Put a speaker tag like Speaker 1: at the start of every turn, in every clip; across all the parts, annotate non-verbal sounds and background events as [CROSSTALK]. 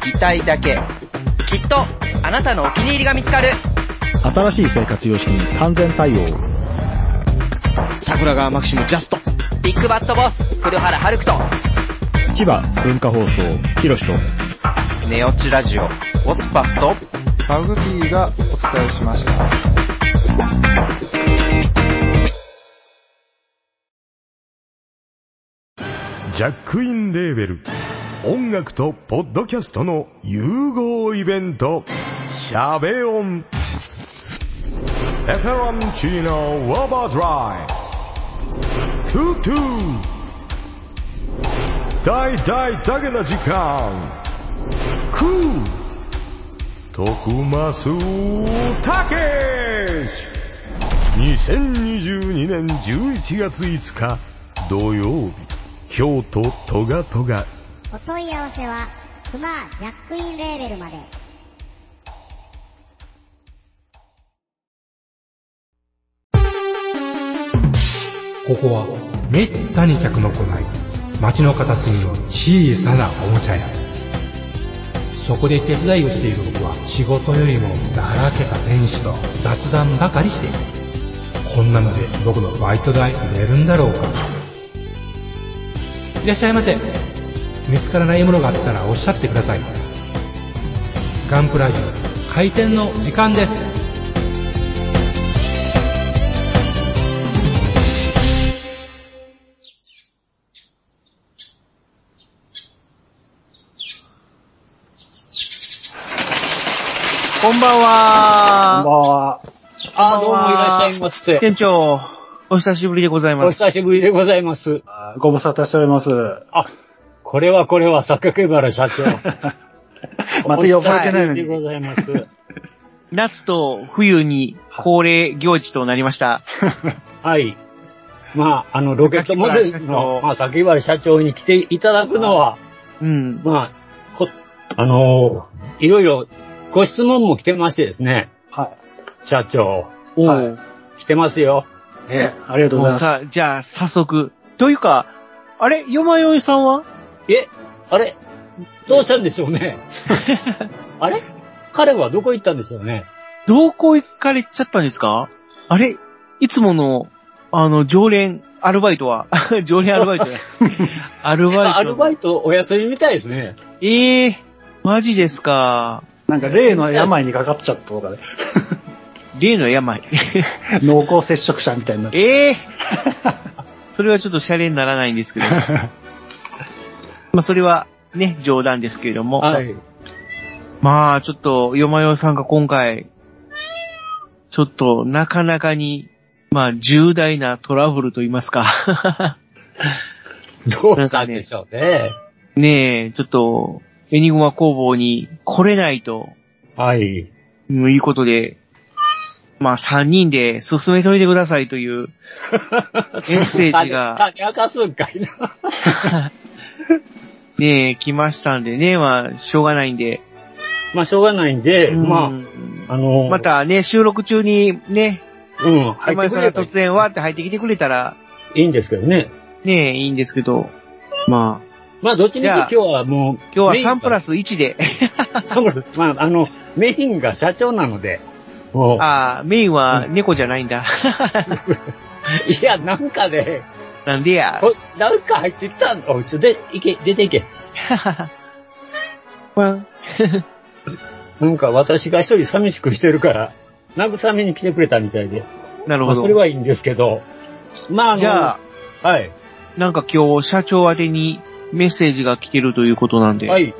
Speaker 1: 聞きたいだけきっとあなたのお気に入りが見つかる
Speaker 2: 新しい生活様式に完全対応。
Speaker 3: 桜川マキシムジャスト。
Speaker 1: ビッグバットボス黒原遥人
Speaker 2: 千葉文化放送、ひろしと。
Speaker 1: ネオチラジオオスパフと
Speaker 4: マグビーがお伝えしました。
Speaker 5: ジャックインレーベル音楽とポッドキャストの融合イベント「シャベオン」「エフェロンチーノウォーバードライ」「トゥトゥ」「大大だけな時間」「クー」「徳増たけし」2022年11月5日土曜日、京都トガトガ。
Speaker 6: お問い合わせは、クマジャックインレーベルまで。
Speaker 7: ここはめったに客の来ない街の片隅の小さなおもちゃ屋そこで手伝いをしている僕は仕事よりもだらけた店主と雑談ばかりしているこんなので僕のバイト代出るんだろうかいらっしゃいませ見つからないものがあったらおっしゃってくださいガンプラジオ開店の時間です
Speaker 8: こんばんは。
Speaker 9: こんばんは。あ、どうもいらっしゃいませ。
Speaker 8: 店長、お久しぶりでござい
Speaker 9: お
Speaker 8: ます。
Speaker 9: 久しぶりでございます。
Speaker 6: あご無沙汰しております。
Speaker 9: あ、これはこれは榊原社長。
Speaker 6: また呼ばれて
Speaker 9: お久し
Speaker 6: な
Speaker 9: ぶ
Speaker 6: いの
Speaker 9: りで
Speaker 6: に。
Speaker 9: ござ
Speaker 6: [LAUGHS]
Speaker 9: います。
Speaker 8: 夏と冬に恒例行事となりました。
Speaker 9: はい。まあ、あの、ロケットモデルの、まあ、榊原社長に来ていただくのは、
Speaker 8: うん。
Speaker 9: まあ、こあのーいろいろご質問も来てましてですね、
Speaker 6: は
Speaker 9: 社長。
Speaker 6: い。はい。
Speaker 9: 来てますよ。
Speaker 6: え、ありがとうご
Speaker 8: もう
Speaker 6: ざいます。
Speaker 8: さ、じゃあ早速。というか、あれ、よまよいさんは
Speaker 9: え、あれどうしたんでしょう
Speaker 6: [LAUGHS]
Speaker 9: ね。あれ彼はどこ行ったんでしょうね。
Speaker 8: どこ行かれちゃったんですかあれ、いつもの、あの、常連、アルバイト
Speaker 9: [LAUGHS]
Speaker 8: は、常連アルバイトだアルバイトの。
Speaker 9: アルバイトお休みみたいですね。
Speaker 8: ええマジですか。
Speaker 9: なんか
Speaker 6: 例の病にかかっちゃったとかね。
Speaker 8: 例の
Speaker 6: [LAUGHS]
Speaker 8: 病。
Speaker 6: 濃厚接触者みたいになって。
Speaker 8: ええそれはちょっとシャレにならないんです
Speaker 6: [LAUGHS]
Speaker 8: けど。まあ、それは、ね、冗談ですけれども。
Speaker 9: はい。
Speaker 8: まあ、ちょっと、よまよさんが今回、ちょっと、なかなかに、まあ、重大なトラブルと言いますか。 [LAUGHS]
Speaker 9: どうしたんでしょうね。
Speaker 8: ねえ、ちょっと、エニグマ工房に来れないと、
Speaker 9: はい。
Speaker 8: いうことで、まあ、3人で進めといてくださいという、メッセージが。
Speaker 9: 種明かすんかいな。
Speaker 8: ねえ、来ましたんでね、まあ、しょうがないんで。
Speaker 9: まあ、しょうがないんで、
Speaker 8: う
Speaker 9: ま
Speaker 8: ん
Speaker 9: あ、あの、
Speaker 8: ま、たね、収録中にね、
Speaker 9: うん、入
Speaker 8: 今
Speaker 9: っ
Speaker 8: 井さ
Speaker 9: て
Speaker 8: んが
Speaker 9: くれば
Speaker 8: 突然わーって入ってきてくれたら、
Speaker 9: いいんですけどね。
Speaker 8: ねえ、いいんですけど、まあ、
Speaker 9: まあ、どっちにしろ今日はもう、
Speaker 8: 今
Speaker 9: メイ
Speaker 8: 日
Speaker 9: ン
Speaker 8: は3プラ
Speaker 9: ス。
Speaker 8: ス1で、
Speaker 9: 3プラス。まあ、あの、メインが社長なので、もう、
Speaker 8: ああ、メインは猫じゃないんだ。
Speaker 9: [LAUGHS]
Speaker 8: [LAUGHS]
Speaker 9: いや、なんかね、
Speaker 8: なんでや。
Speaker 9: こなんか入ってきたの。おいちょ、で、いけ、出ていけ。
Speaker 8: [LAUGHS] ま
Speaker 9: なんか私が一人寂しくしてるから、慰めに来てくれたみたいで。
Speaker 8: あなる
Speaker 9: ま
Speaker 8: ほ
Speaker 9: あ、それ
Speaker 8: ど。
Speaker 9: はいいんですけど。まあ、あの、
Speaker 8: じゃあ、
Speaker 9: はい。
Speaker 8: なんか今日、社長宛てにメッセージが来てるということなんで、
Speaker 9: はい。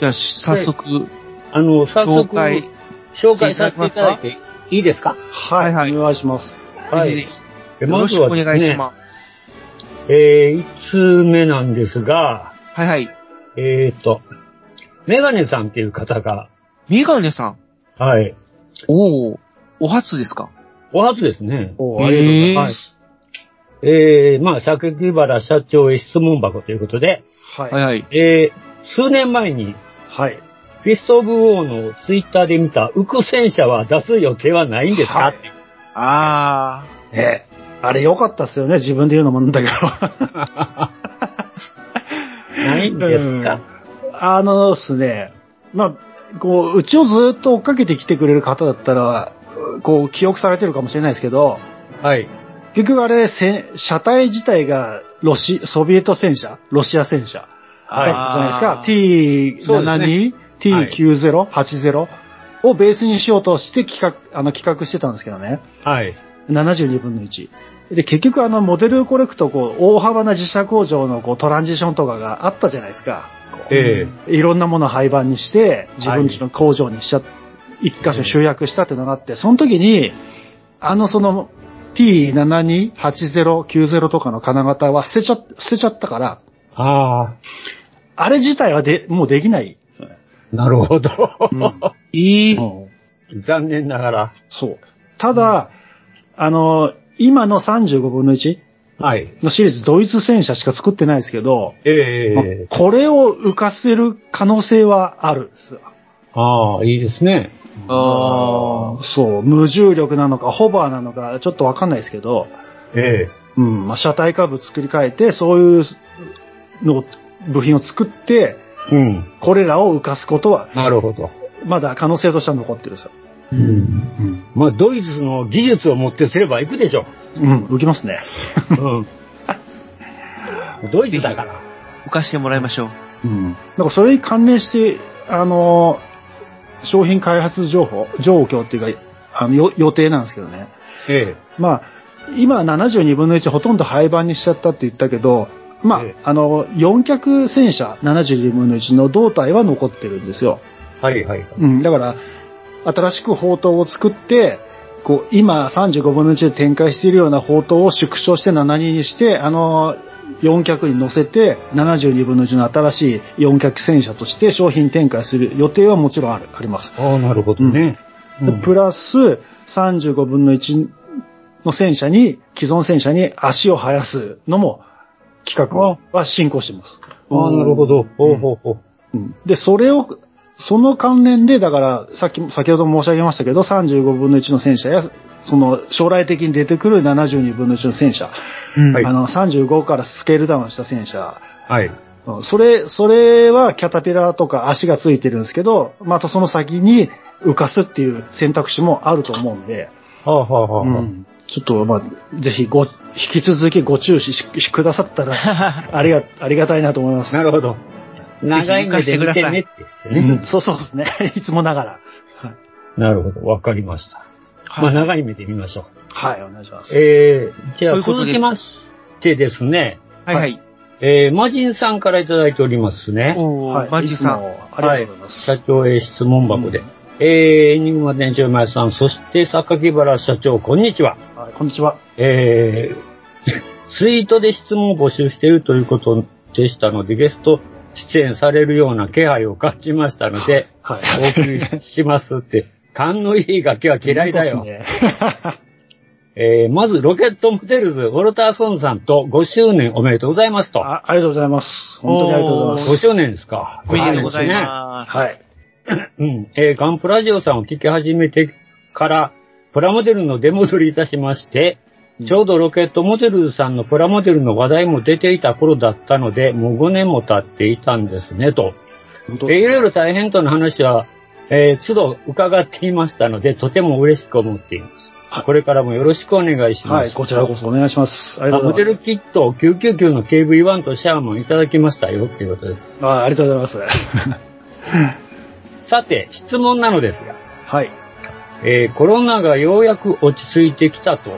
Speaker 8: じゃあ、早速、
Speaker 9: あの、早
Speaker 8: 紹
Speaker 9: 速、
Speaker 8: 介。
Speaker 9: 紹介させていただいていいですか
Speaker 6: はい、
Speaker 8: はいはい
Speaker 6: お願いします。
Speaker 9: はい。
Speaker 8: よろしくお願いします。
Speaker 9: す。えー、一通目なんですが、
Speaker 8: はいはい。
Speaker 9: えーと、メガネさんっていう方が、
Speaker 8: メガネさん。
Speaker 9: はい。
Speaker 8: おお、お初ですか
Speaker 9: お初ですね。
Speaker 8: おありがとうございます。
Speaker 9: えー、まあ、榊原社長へ質問箱ということで、
Speaker 3: はい。
Speaker 8: はいはい。
Speaker 9: えー、数年前に、
Speaker 3: はい。
Speaker 9: フィストオブウォーのツイッターで見た、ウク戦車は出す予定はないんですか、
Speaker 3: は
Speaker 9: っ
Speaker 3: い
Speaker 9: て
Speaker 8: ああ、
Speaker 3: ねあれ良かったっすよね。自分で言うのもなんだけど。
Speaker 9: [LAUGHS] ないんですか、
Speaker 3: あのですね、まあ、こう、うちをずっと追っかけてきてくれる方だったら、こう、記憶されてるかもしれないですけど、
Speaker 9: はい。
Speaker 3: 結局あれ、せ車体自体がロシ、ソビエト戦車、ロシア戦車、
Speaker 8: い
Speaker 3: だったじゃないです
Speaker 8: あ
Speaker 9: そ
Speaker 3: か。
Speaker 9: うです
Speaker 3: T72、
Speaker 9: はい
Speaker 3: T90、80をベースにしようとして企画、あの企画してたんですけどね。
Speaker 9: はい。
Speaker 3: 72分の1。で、結局あのモデルコレクト、こう、大幅な自社工場のこうトランジションとかがあったじゃないですか。こう
Speaker 9: え
Speaker 3: いろんなものを廃盤にして、自分ちの工場にしちゃ、一箇所集約したっていうのがあって、その時に、あのその T72、80、90とかの金型は捨てちゃ、捨てちゃったから、
Speaker 9: ー、あ
Speaker 3: あれ自体はで、もうできないですよね。
Speaker 9: ー、なるほど。
Speaker 8: ええ
Speaker 3: うん
Speaker 9: [LAUGHS] 残念ながら。
Speaker 3: そう。ただ、あの、今の35分の1
Speaker 9: はい。
Speaker 3: のシリーズ、ドイツ戦車しか作ってないですけど、
Speaker 9: え
Speaker 3: まあ
Speaker 9: え
Speaker 3: これを浮かせる可能性はあるんですよ
Speaker 9: ああ、いいですね。
Speaker 8: ああ、
Speaker 3: そう、無重力なのか、ホバーなのか、ちょっとわかんないですけど、
Speaker 9: え
Speaker 3: うん、まあ、車体下部作り変えて、そういうのを部品を作って、
Speaker 9: えうん。
Speaker 3: これらを浮かすことは、
Speaker 9: なるほど。
Speaker 3: まだ可能性としては残ってるんですよ。
Speaker 9: うん。
Speaker 3: うん、
Speaker 9: まあ、ドイツの技術を持ってすれば行くでしょ
Speaker 3: うん、浮きますね。
Speaker 9: う。うん。 [LAUGHS] ドイツだから。
Speaker 8: 浮かしてもらいましょう。
Speaker 3: うん。だからそれに関連して、あのー商品開発情報、状況っていうか、あの、よ予定なんですけどね。
Speaker 9: え
Speaker 3: まあ、今は72分の1ほとんど廃盤にしちゃったって言ったけど、まあ、
Speaker 9: ええ
Speaker 3: あの、4脚戦車72分の1の胴体は残ってるんですよ。
Speaker 9: えはいはい。
Speaker 3: うん、だから、新しく砲塔を作って、こう、今35分の1で展開しているような砲塔を縮小して7人にして、あの、4脚に乗せて72分の1の新しい4脚戦車として商品展開する予定はもちろんある、あります。
Speaker 9: ああ、なるほどね。
Speaker 3: でプラス35分の1の戦車に、既存戦車に足を生やすのも企画は進行してます。
Speaker 9: ああ、なるほど。ほうほうほう。
Speaker 3: うんで、それを、その関連で、だから、さっきも、先ほども申し上げましたけど、35分の1の戦車や、その、将来的に出てくる72分の1の戦車、
Speaker 8: うん
Speaker 9: はい
Speaker 3: あの、35からスケールダウンした戦車、
Speaker 9: はい。
Speaker 3: うんそれ、それはキャタピラーとか足がついてるんですけど、またその先に浮かすっていう選択肢もあると思うんで、
Speaker 9: はあはあはあ。
Speaker 3: うんちょっと、まあ、ぜひご、引き続きご注視ししくださったら、ありが、ありがたいなと思います。
Speaker 9: なるほど。長い目で見てねって言うんですよね。
Speaker 3: うんそうそうですね。 [LAUGHS] いつもながら。はい。
Speaker 9: なるほど。わかりました。まあ、長い目で見ましょ
Speaker 3: はい、お願いします。
Speaker 9: う。えー、じゃあ、
Speaker 8: ということ
Speaker 9: 続
Speaker 8: です
Speaker 9: きましてですね、
Speaker 8: はいはい。
Speaker 9: えー、マジンさんからいただいておりますね。
Speaker 8: おお、マジさ
Speaker 3: いつ
Speaker 8: ん。
Speaker 3: もありがとうございます。
Speaker 9: 社長へ質問箱で。えー、エニグマ店長前さん、そして、榊原社長、こんにちは。
Speaker 3: はい、こんにちは。
Speaker 9: えー、 [LAUGHS] ツイートで質問を募集しているということでしたので、ゲスト出演されるような気配を感じましたので、
Speaker 3: はい。
Speaker 9: お送
Speaker 3: [LAUGHS]
Speaker 9: りしますって、勘のいいガキは嫌いだよ。
Speaker 3: 本当っ
Speaker 9: えー、まず、ロケットモデルズ、ウォルターソンさんと5周年おめでとうございますと。
Speaker 3: [LAUGHS] あありがとうございます。本当にありがとうござい
Speaker 9: 5
Speaker 3: ます。
Speaker 9: 周年ですか。
Speaker 8: おめでとうございます。
Speaker 3: はい。
Speaker 9: うん。えーガンプラジオさんを聞き始めてから、プラモデルの出戻りいたしまして、ちょうどロケットモデルさんのプラモデルの話題も出ていた頃だったので、もう5年も経っていたんですね、と。
Speaker 3: 本
Speaker 9: え
Speaker 3: 当
Speaker 9: ーいろいろ大変との話は、えー都度伺っていましたので、とても嬉しく思っています。これからもよろしくお願いします。
Speaker 3: はい、こちらこそお願いします。ありが
Speaker 9: あ
Speaker 3: とう
Speaker 9: モ
Speaker 3: ござ
Speaker 9: デ
Speaker 3: いま
Speaker 9: ル
Speaker 3: す。
Speaker 9: キット999の KV1 とシャーマンいただきましたよっていうことで。
Speaker 3: あありがとうございます。
Speaker 9: さて、質問なのですが、
Speaker 3: はい。
Speaker 9: えーコロナがようやく落ち着いてきたと、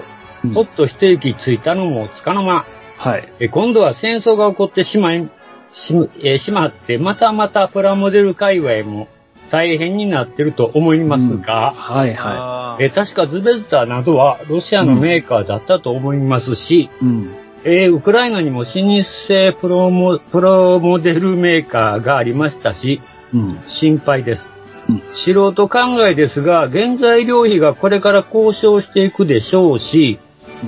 Speaker 3: うん
Speaker 9: ほっと一息ついたのもつかの間、
Speaker 3: はい。
Speaker 9: えー今度は戦争が起こってしまい、し,、えーしまって、またまたプラモデル界隈も大変になってると思いますが、
Speaker 3: はい、は
Speaker 8: あ
Speaker 9: えー確かズベルターなどはロシアのメーカーだったと思いますし、
Speaker 3: い。うん。
Speaker 9: えーウクライナにも老舗プロモプロモデルメーカーがありましたし、心配です。
Speaker 3: うん
Speaker 9: 素人考えですが、原材料費がこれから交渉していくでしょうし、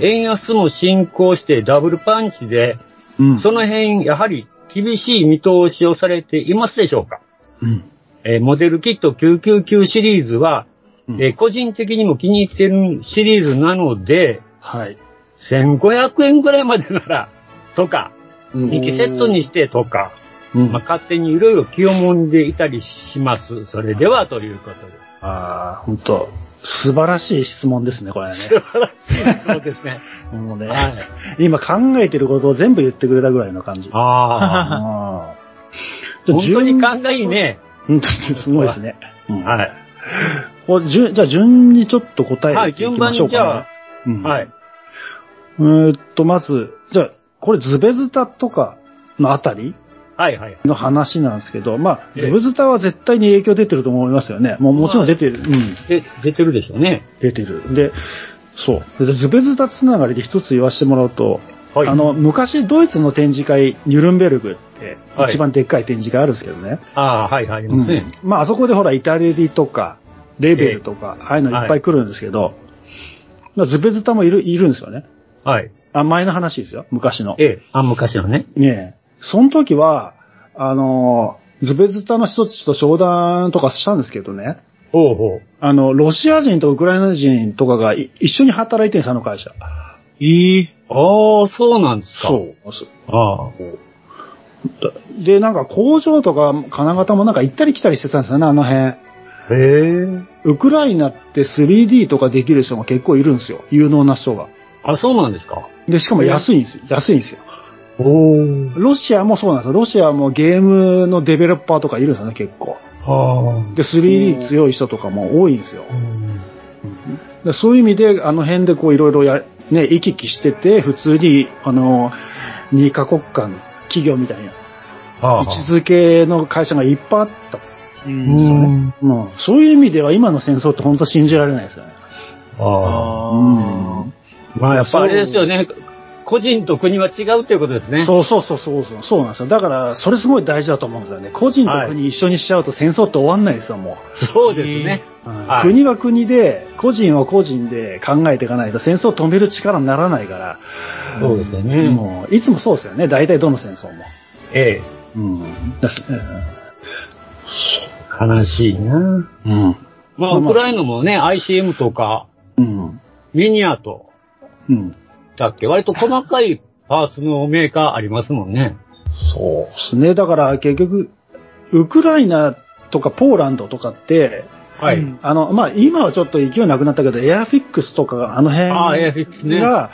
Speaker 9: 円安も進行してダブルパンチで、
Speaker 3: うん。
Speaker 9: その辺、やはり厳しい見通しをされていますでしょうか
Speaker 3: うん。
Speaker 9: えーモデルキット999シリーズは、
Speaker 3: うん
Speaker 9: えー個人的にも気に入ってるシリーズなので、
Speaker 3: はい。
Speaker 9: 1500円ぐらいまでなら、とか、2機セットにしてとか、
Speaker 3: うん。
Speaker 9: まあ、勝手にいろいろ気をもんでいたりします。それでは、ということで。
Speaker 3: ああ、本当素晴らしい質問ですね、これ
Speaker 9: [LAUGHS]
Speaker 3: ね。
Speaker 9: 素晴らしい質問ですね。
Speaker 3: もうね、
Speaker 9: はい。
Speaker 3: 今考えてることを全部言ってくれたぐらいの感じ。
Speaker 9: ああ。 [LAUGHS] 本
Speaker 3: あー
Speaker 9: 当に
Speaker 3: 順
Speaker 9: 勘がいいね。
Speaker 3: 本当に [LAUGHS] すごいですね。う
Speaker 9: [LAUGHS]
Speaker 3: ん
Speaker 9: はい。
Speaker 3: こう順じゃあ順にちょっと答
Speaker 9: は
Speaker 3: え
Speaker 9: い、
Speaker 3: てい
Speaker 9: 順
Speaker 3: き
Speaker 9: 番
Speaker 3: ましょ
Speaker 9: に
Speaker 3: う
Speaker 9: じ
Speaker 3: か、ね。
Speaker 9: ゃあ、
Speaker 3: うん
Speaker 9: はい。
Speaker 3: うーんと、まず、じゃあ、これズベズタとかのあたり
Speaker 9: はい、はい。
Speaker 3: の話なんですけど、まあ、
Speaker 9: ええ
Speaker 3: ズベズタは絶対に影響出てると思いますよね。もうもちろん出てる。うん。
Speaker 9: で、出てるでしょうね。
Speaker 3: 出てる。で、そう。でズベズタつながりで一つ言わせてもらうと、
Speaker 9: はい。
Speaker 3: あの、昔ドイツの展示会、ニュルンベルグって、
Speaker 9: はい
Speaker 3: 一番でっかい展示会あるんですけどね。
Speaker 9: ああ、はい、はい、ありますね。
Speaker 3: まあ、あそこでほら、イタリリとか、レベルとか、ああいうのいっぱい来るんですけど、まあズベズタもいる、いるんですよね。
Speaker 9: はい。
Speaker 3: あ、前の話ですよ。昔の。
Speaker 9: ええ、あ、昔のね。
Speaker 3: ねえ。その時は、あの、ズベズタの人たちと商談とかしたんですけどね。
Speaker 9: ほうほう。
Speaker 3: あの、ロシア人とウクライナ人とかがい一緒に働いてるんです、あの会社。
Speaker 8: ええ
Speaker 9: ああ、そうなんですか。
Speaker 3: そう。そ
Speaker 9: ああ。
Speaker 3: うで、なんか工場とか金型もなんか行ったり来たりしてたんですよね、あの辺。
Speaker 9: へえ。
Speaker 3: ウクライナって 3D とかできる人も結構いるんですよ。有能な人が。
Speaker 9: あ、そうなんですか。
Speaker 3: で、しかも安いんですよ。安いんですよ。
Speaker 9: おお。
Speaker 3: ロシアもそうなんですよ。ロシアもゲームのデベロッパーとかいるんですよね、結構。
Speaker 9: は
Speaker 3: で、3D 強い人とかも多いんですよ
Speaker 9: あ。う。ん
Speaker 3: でそういう意味で、あの辺でこういろいろや、ね、行き来してて、普通に、あの、2カ国間の企業みたいな、
Speaker 9: はあ
Speaker 3: 位置づけの会社がいっぱいあった。
Speaker 9: うん。
Speaker 3: うん、そういう意味では今の戦争って本当信じられないですよね。
Speaker 9: ああ。
Speaker 3: うん
Speaker 9: まあ、やっぱあれですよね。個人と国は違うということですね。
Speaker 3: そうそうそうそうそう、そうなんですよ。だから、それすごい大事だと思うんですよね。個人と国一緒にしちゃうと戦争って終わんないですよ、も
Speaker 9: そうですね。
Speaker 3: う。うん
Speaker 9: はい
Speaker 3: 国は国で、個人は個人で考えていかないと戦争を止める力にならないから、
Speaker 9: そうですよね。
Speaker 3: もう、いつもそうですよね。大体どの戦争も。
Speaker 9: ええ。
Speaker 3: うん。ですね。
Speaker 9: 悲しいな。
Speaker 3: うん。
Speaker 9: まあ、ウクライナもね、ICM とか、
Speaker 3: うん。
Speaker 9: ミニアと、
Speaker 3: うん。
Speaker 9: だっけ、割と細かいパーツのメーカーありますもんね。
Speaker 3: そうですね。だから、結局、ウクライナとかポーランドとかって、
Speaker 9: はい。
Speaker 8: うん
Speaker 3: あの、まあ、今はちょっと勢いなくなったけど、エアフィックスとか、あの辺
Speaker 9: ああ、エアフィックスね。
Speaker 3: が、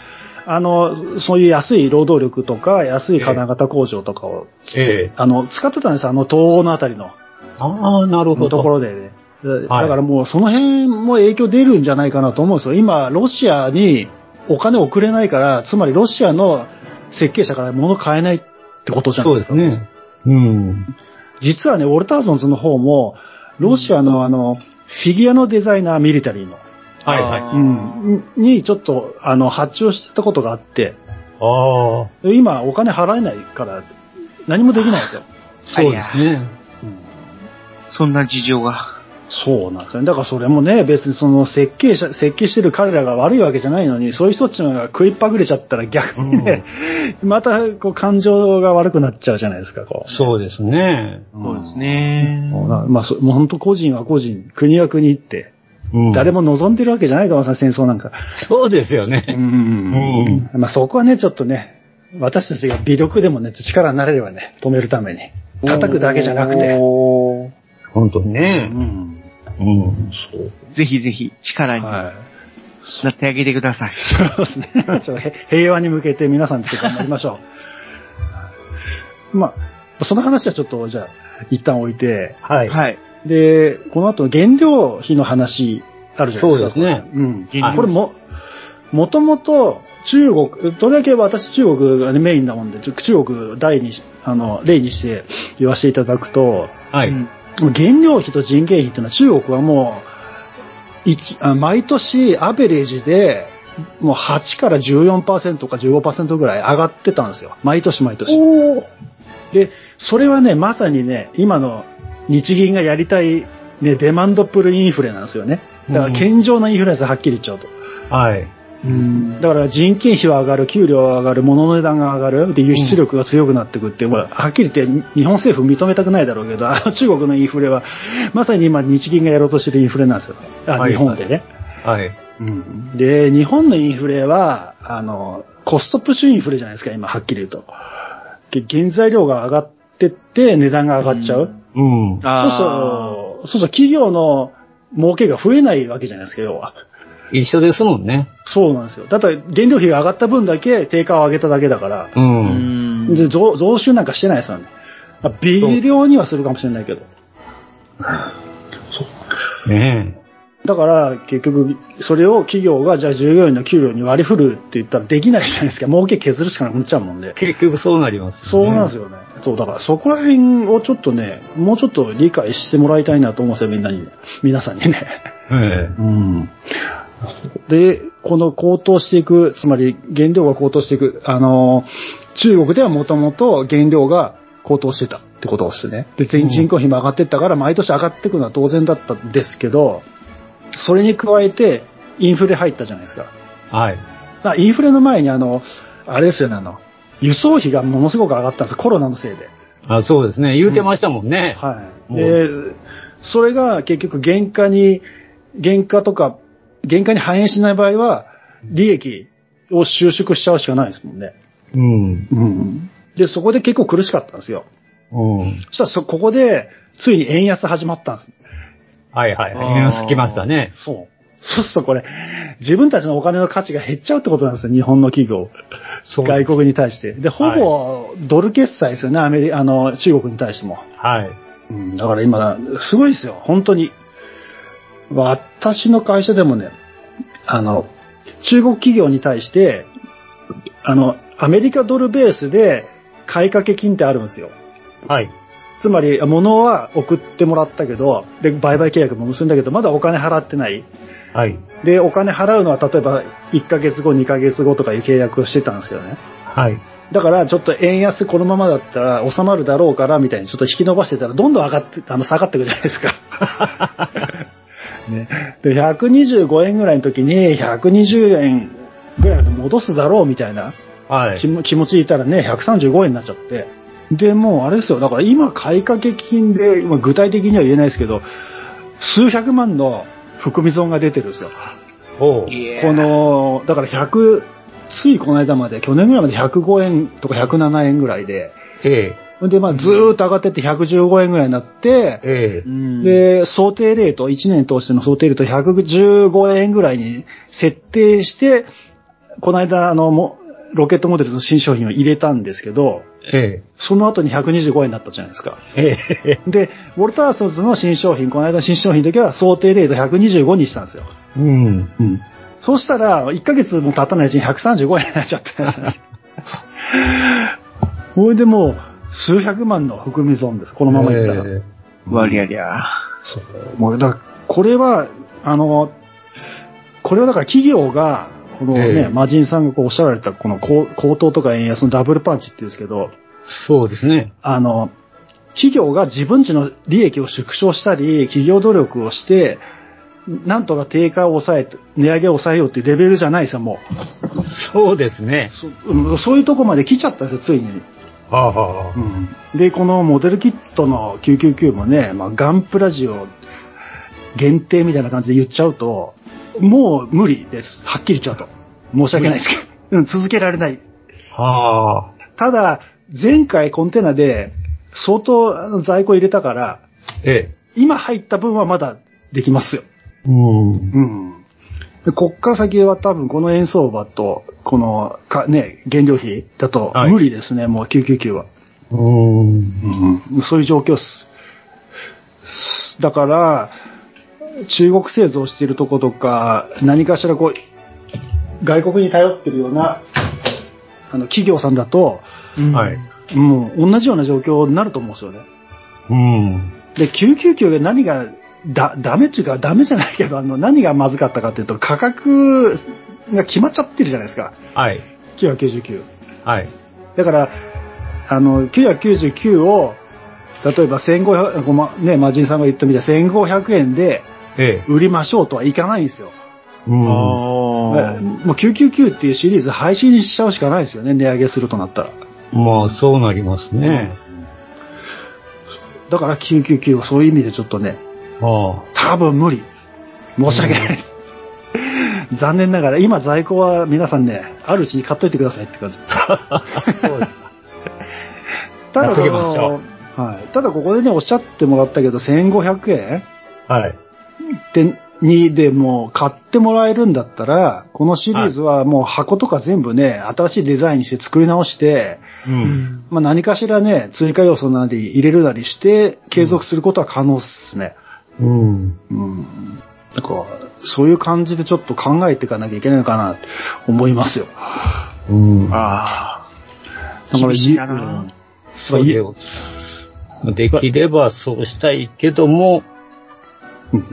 Speaker 3: あの、そういう安い労働力とか、安い金型工場とかを、
Speaker 9: ええ。
Speaker 3: あの、使ってたんですあの、東欧のあたりの
Speaker 9: ああ、なるほど。
Speaker 3: ところでね。だ
Speaker 9: はい
Speaker 3: からもう、その辺も影響出るんじゃないかなと思うんですよ。今、ロシアにお金を送れないから、つまりロシアの設計者から物買えないってことじゃな
Speaker 9: そ
Speaker 3: いうで
Speaker 9: です
Speaker 3: か。
Speaker 9: すね。うん。
Speaker 3: 実はね、ウォルターソンズの方も、ロシアのあの、フィギュアのデザイナー、ミリタリーの、
Speaker 9: はいはい。あ
Speaker 3: うん、にちょっと、あの、発注してたことがあって、
Speaker 9: あ、
Speaker 3: 今、お金払えないから、何もできないんですよ。
Speaker 9: そうですね。
Speaker 8: そんな事情が。
Speaker 3: そうなんですよね。だからそれもね、別にその設計者、設計してる彼らが悪いわけじゃないのに、そういう人っちのが食いっぱぐれちゃったら逆にね、またこう感情が悪くなっちゃうじゃないですか、こう。
Speaker 9: そうですね。
Speaker 3: うん
Speaker 8: そうです。ね。
Speaker 3: そうなまあ、そうもう本当個人は個人、国は国って、
Speaker 9: うん
Speaker 3: 誰。も望んでるわけじゃないと思うんですよ、戦争なんか。
Speaker 9: そうですよ
Speaker 3: う
Speaker 9: ね。
Speaker 3: ん。まあそこはね、ちょっとね、私たちが微力でもね、力になれればね、止めるために。叩くだけじゃなくて。
Speaker 8: おー
Speaker 9: 本当に
Speaker 3: う
Speaker 9: ね。
Speaker 3: ん。
Speaker 9: うん。
Speaker 3: そう。
Speaker 8: ぜひぜひ力にな
Speaker 3: はい。
Speaker 8: ってあげてください。
Speaker 3: そうですね。 [LAUGHS] ちょっとへ平和に向けて皆さんちょっと頑張りましょう。まあ、その話はちょっと、じゃあ、一旦置いて、
Speaker 9: はい。
Speaker 8: はい。
Speaker 3: で、この後の原料費の話あるじゃないですか。
Speaker 9: そうですね
Speaker 3: これうん。
Speaker 8: 原
Speaker 9: 料
Speaker 3: これも、もともと中国、とりわけ私中国がメインなもんで、ちょ中国を題にし、あの、例にして言わせていただくと、
Speaker 9: は
Speaker 8: う
Speaker 9: い。
Speaker 8: ん
Speaker 3: 原料費と人件費っていうのは中国はもう、一あ毎年アベレージで、もう8から14%か15%ぐらい上がってたんですよ。毎年毎年。で、それはね、まさにね、今の日銀がやりたい、ね、デマンドプルインフレなんですよね。だから健常なインフレです、はっきり言っちゃうと。
Speaker 9: はい。
Speaker 3: うんだから人件費は上がる、給料は上がる、物の値段が上がる、で輸出力が強くなっていくって、ほらはっきり言って日本政府認めたくないだろうけど、あの中国のインフレは、まさに今日銀がやろうとしてるインフレなんですよ。あ
Speaker 9: はい
Speaker 3: 日本でね。
Speaker 9: はい。
Speaker 3: うんで、日本のインフレは、あの、コストプッシュインフレじゃないですか、今、はっきり言うと。げ原材料が上がってって、値段が上がっちゃう。
Speaker 9: うん。
Speaker 8: あ
Speaker 3: そうそう、そうそう、企業の儲けが増えないわけじゃないですか、要は。
Speaker 9: 一緒ですもんね。
Speaker 3: そうなんですよ。だって原料費が上がった分だけ定価を上げただけだから、
Speaker 9: う。
Speaker 8: あ。うんん。
Speaker 3: で増増収なんかしてないですよね。まあ微量にはするかもしれないけど。
Speaker 9: ね
Speaker 3: だから結局、それを企業がじゃあ従業員の給料に割り振るって言ったらできないじゃないですか。儲け削るしかなくなっちゃうもんで
Speaker 9: え。。結局そうなります、ね。
Speaker 3: そうなんです
Speaker 9: よ。
Speaker 3: よね。そう、だからそこら辺をちょっとね、もうちょっと理解してもらいたいなと思うんですよ、みんなに。皆さんにね。
Speaker 9: ええ
Speaker 3: うん。で、この高騰していく、つまり原料が高騰していく、あのー、中国ではもともと原料が高騰してたってことですね。で、全人口費も上がってったから、毎年上がっていくのは当然だったんですけど、それに加えて、インフレ入ったじゃないですか。
Speaker 9: はい。
Speaker 3: まあ、インフレの前にあの、あれですよね、あの、輸送費がものすごく上がったんです、コロナのせいで。
Speaker 9: あ、そうですね。言うてましたもんね。
Speaker 3: はい。
Speaker 9: も
Speaker 3: で、それが結局原価に、原価とか、原価に反映しない場合は、利益を収縮しちゃうしかないですもんね。
Speaker 9: うん。
Speaker 3: うん。で、そこで結構苦しかったんですよ。
Speaker 9: うん。
Speaker 3: そしたらそ、ここで、ついに円安始まったんです。
Speaker 9: はいはい
Speaker 8: あー
Speaker 9: はい。好きましたね。
Speaker 3: そう。そうするとこれ、自分たちのお金の価値が減っちゃうってことなんですよ、日本の企業。
Speaker 9: そう。
Speaker 3: 外国に対して。で、ほぼドル決済ですよね、アメリあの、中国に対しても。
Speaker 9: はい。
Speaker 3: うん、だから今、すごいですよ、本当に。私の会社でもね、あの、中国企業に対して、あの、アメリカドルベースで買いかけ金ってあるんですよ。
Speaker 9: はい。
Speaker 3: つまり、物は送ってもらったけど、で、売買契約も結んだけど、まだお金払ってない。
Speaker 9: はい。
Speaker 3: で、お金払うのは、例えば、1ヶ月後、2ヶ月後とかいう契約をしてたんですけどね。
Speaker 9: はい。
Speaker 3: だから、ちょっと円安このままだったら収まるだろうから、みたいにちょっと引き伸ばしてたら、どんどん上がって、あの、下がってくじゃないですか。
Speaker 9: [LAUGHS]
Speaker 3: ね。で、125円ぐらいの時に、120円ぐらいまで戻すだろう、みたいな
Speaker 9: は
Speaker 3: 気
Speaker 9: い。
Speaker 3: も気持ちいたらね、135円になっちゃって。で、もうあれですよ、だから今、買いかけ金で、まあ具体的には言えないですけど、数百万の含み損が出てるんですよ。
Speaker 9: おう。
Speaker 8: いや
Speaker 3: この、だから100、ついこの間まで、去年ぐらいまで105円とか107円ぐらいで、
Speaker 9: え
Speaker 3: で、まあ、ずーっと上がってって115円ぐらいになっ
Speaker 9: え。
Speaker 3: て、
Speaker 9: ええ。
Speaker 8: うん、
Speaker 3: で、想定レート、1年通しての想定レート115円ぐらいに設定して、この間、あの、もロケットモデルの新商品を入れたんですけど、
Speaker 9: え
Speaker 3: その後に125円になったじゃないですか。
Speaker 9: え。ええ。
Speaker 3: で、ウォルターソンズの新商品、この間の新商品の時は想定レート125にしたんですよ。
Speaker 9: うん。
Speaker 3: うん。そうしたら、1ヶ月も経たないうちに135円になっち
Speaker 9: [LAUGHS]
Speaker 3: ゃってですね。ほいでもう、数百万の含み損です。このままいったら。
Speaker 9: ええ
Speaker 8: 割りゃりゃ。
Speaker 3: もうだからこれは、あの、これはだから企業が、このね、
Speaker 9: ええ
Speaker 3: マジンさんがこうおっしゃられた、この高高騰とか円安のダブルパンチって言うんですけど、
Speaker 9: そうですね。
Speaker 3: あの、企業が自分ちの利益を縮小したり、企業努力をして、なんとか低下を抑えて、値上げを抑えようっていうレベルじゃないですよ、もう。
Speaker 9: そうですね。
Speaker 3: そうんそういうとこまで来ちゃったんですよ、ついに。
Speaker 9: はあ、はあは
Speaker 3: で、このモデルキットの999もね、まあ、ガンプラジオ限定みたいな感じで言っちゃうと、もう無理です。はっきり言っちゃうと。申し訳ないですけど。うん、続けられない。
Speaker 9: あ、はあ。
Speaker 3: ただ、前回コンテナで相当あの在庫入れたから、
Speaker 9: ええ。
Speaker 3: 今入った分はまだできますよ。
Speaker 9: うん。
Speaker 3: うん。で、こっから先は多分この円相場と、この、か、ね、原料費だと
Speaker 9: はい
Speaker 3: 無理ですね、もう999は。
Speaker 9: うん。
Speaker 3: うん、そういう状況っす。すだから、中国製造しているとことか、何かしらこう、外国に頼ってるような、あの、企業さんだと、
Speaker 9: はい。
Speaker 3: もう同じような状況になると思うんですよね。
Speaker 9: うん。
Speaker 3: で、999が何が、だ、ダメっていうか、ダメじゃないけど、あの、何がまずかったかっていうと、価格が決まっちゃってるじゃないですか。
Speaker 9: はい。
Speaker 3: 999。
Speaker 9: はい。
Speaker 3: だから、あの、999を例えば1500、ごま、ね、マジンさんが言ったみたいに1500円で
Speaker 9: ええ。
Speaker 3: 売りましょうとはいかないんですよ。
Speaker 9: うん。
Speaker 8: ああ。
Speaker 3: もう999っていうシリーズ配信にしちゃうしかないですよね、値上げするとなったら。
Speaker 9: まあ、そうなりますね。
Speaker 3: だから999はそういう意味でちょっとね、
Speaker 9: あ
Speaker 3: 多分無理。申し訳ないです。残念ながら、今在庫は皆さんね、あるうちに買っといてくださいって感じ。
Speaker 9: あ。そうですか。
Speaker 3: ただ
Speaker 9: やっときましょ
Speaker 3: はい、ただここでね、おっしゃってもらったけど、1500円
Speaker 9: はい。
Speaker 3: で、にでも買ってもらえるんだったら、このシリーズはもう箱とか全部ね、新しいデザインにして作り直して、
Speaker 9: うん。
Speaker 3: まあ、何かしらね、追加要素なり入れるなりして、継続することは可能っすね。
Speaker 9: うん。
Speaker 3: うん。なんか、そういう感じでちょっと考えていかなきゃいけないのかな、思いますよ。
Speaker 9: うん。
Speaker 8: あ
Speaker 3: だから、
Speaker 8: 厳しいな
Speaker 3: うん
Speaker 9: それを。できればそうしたいけども、
Speaker 3: うん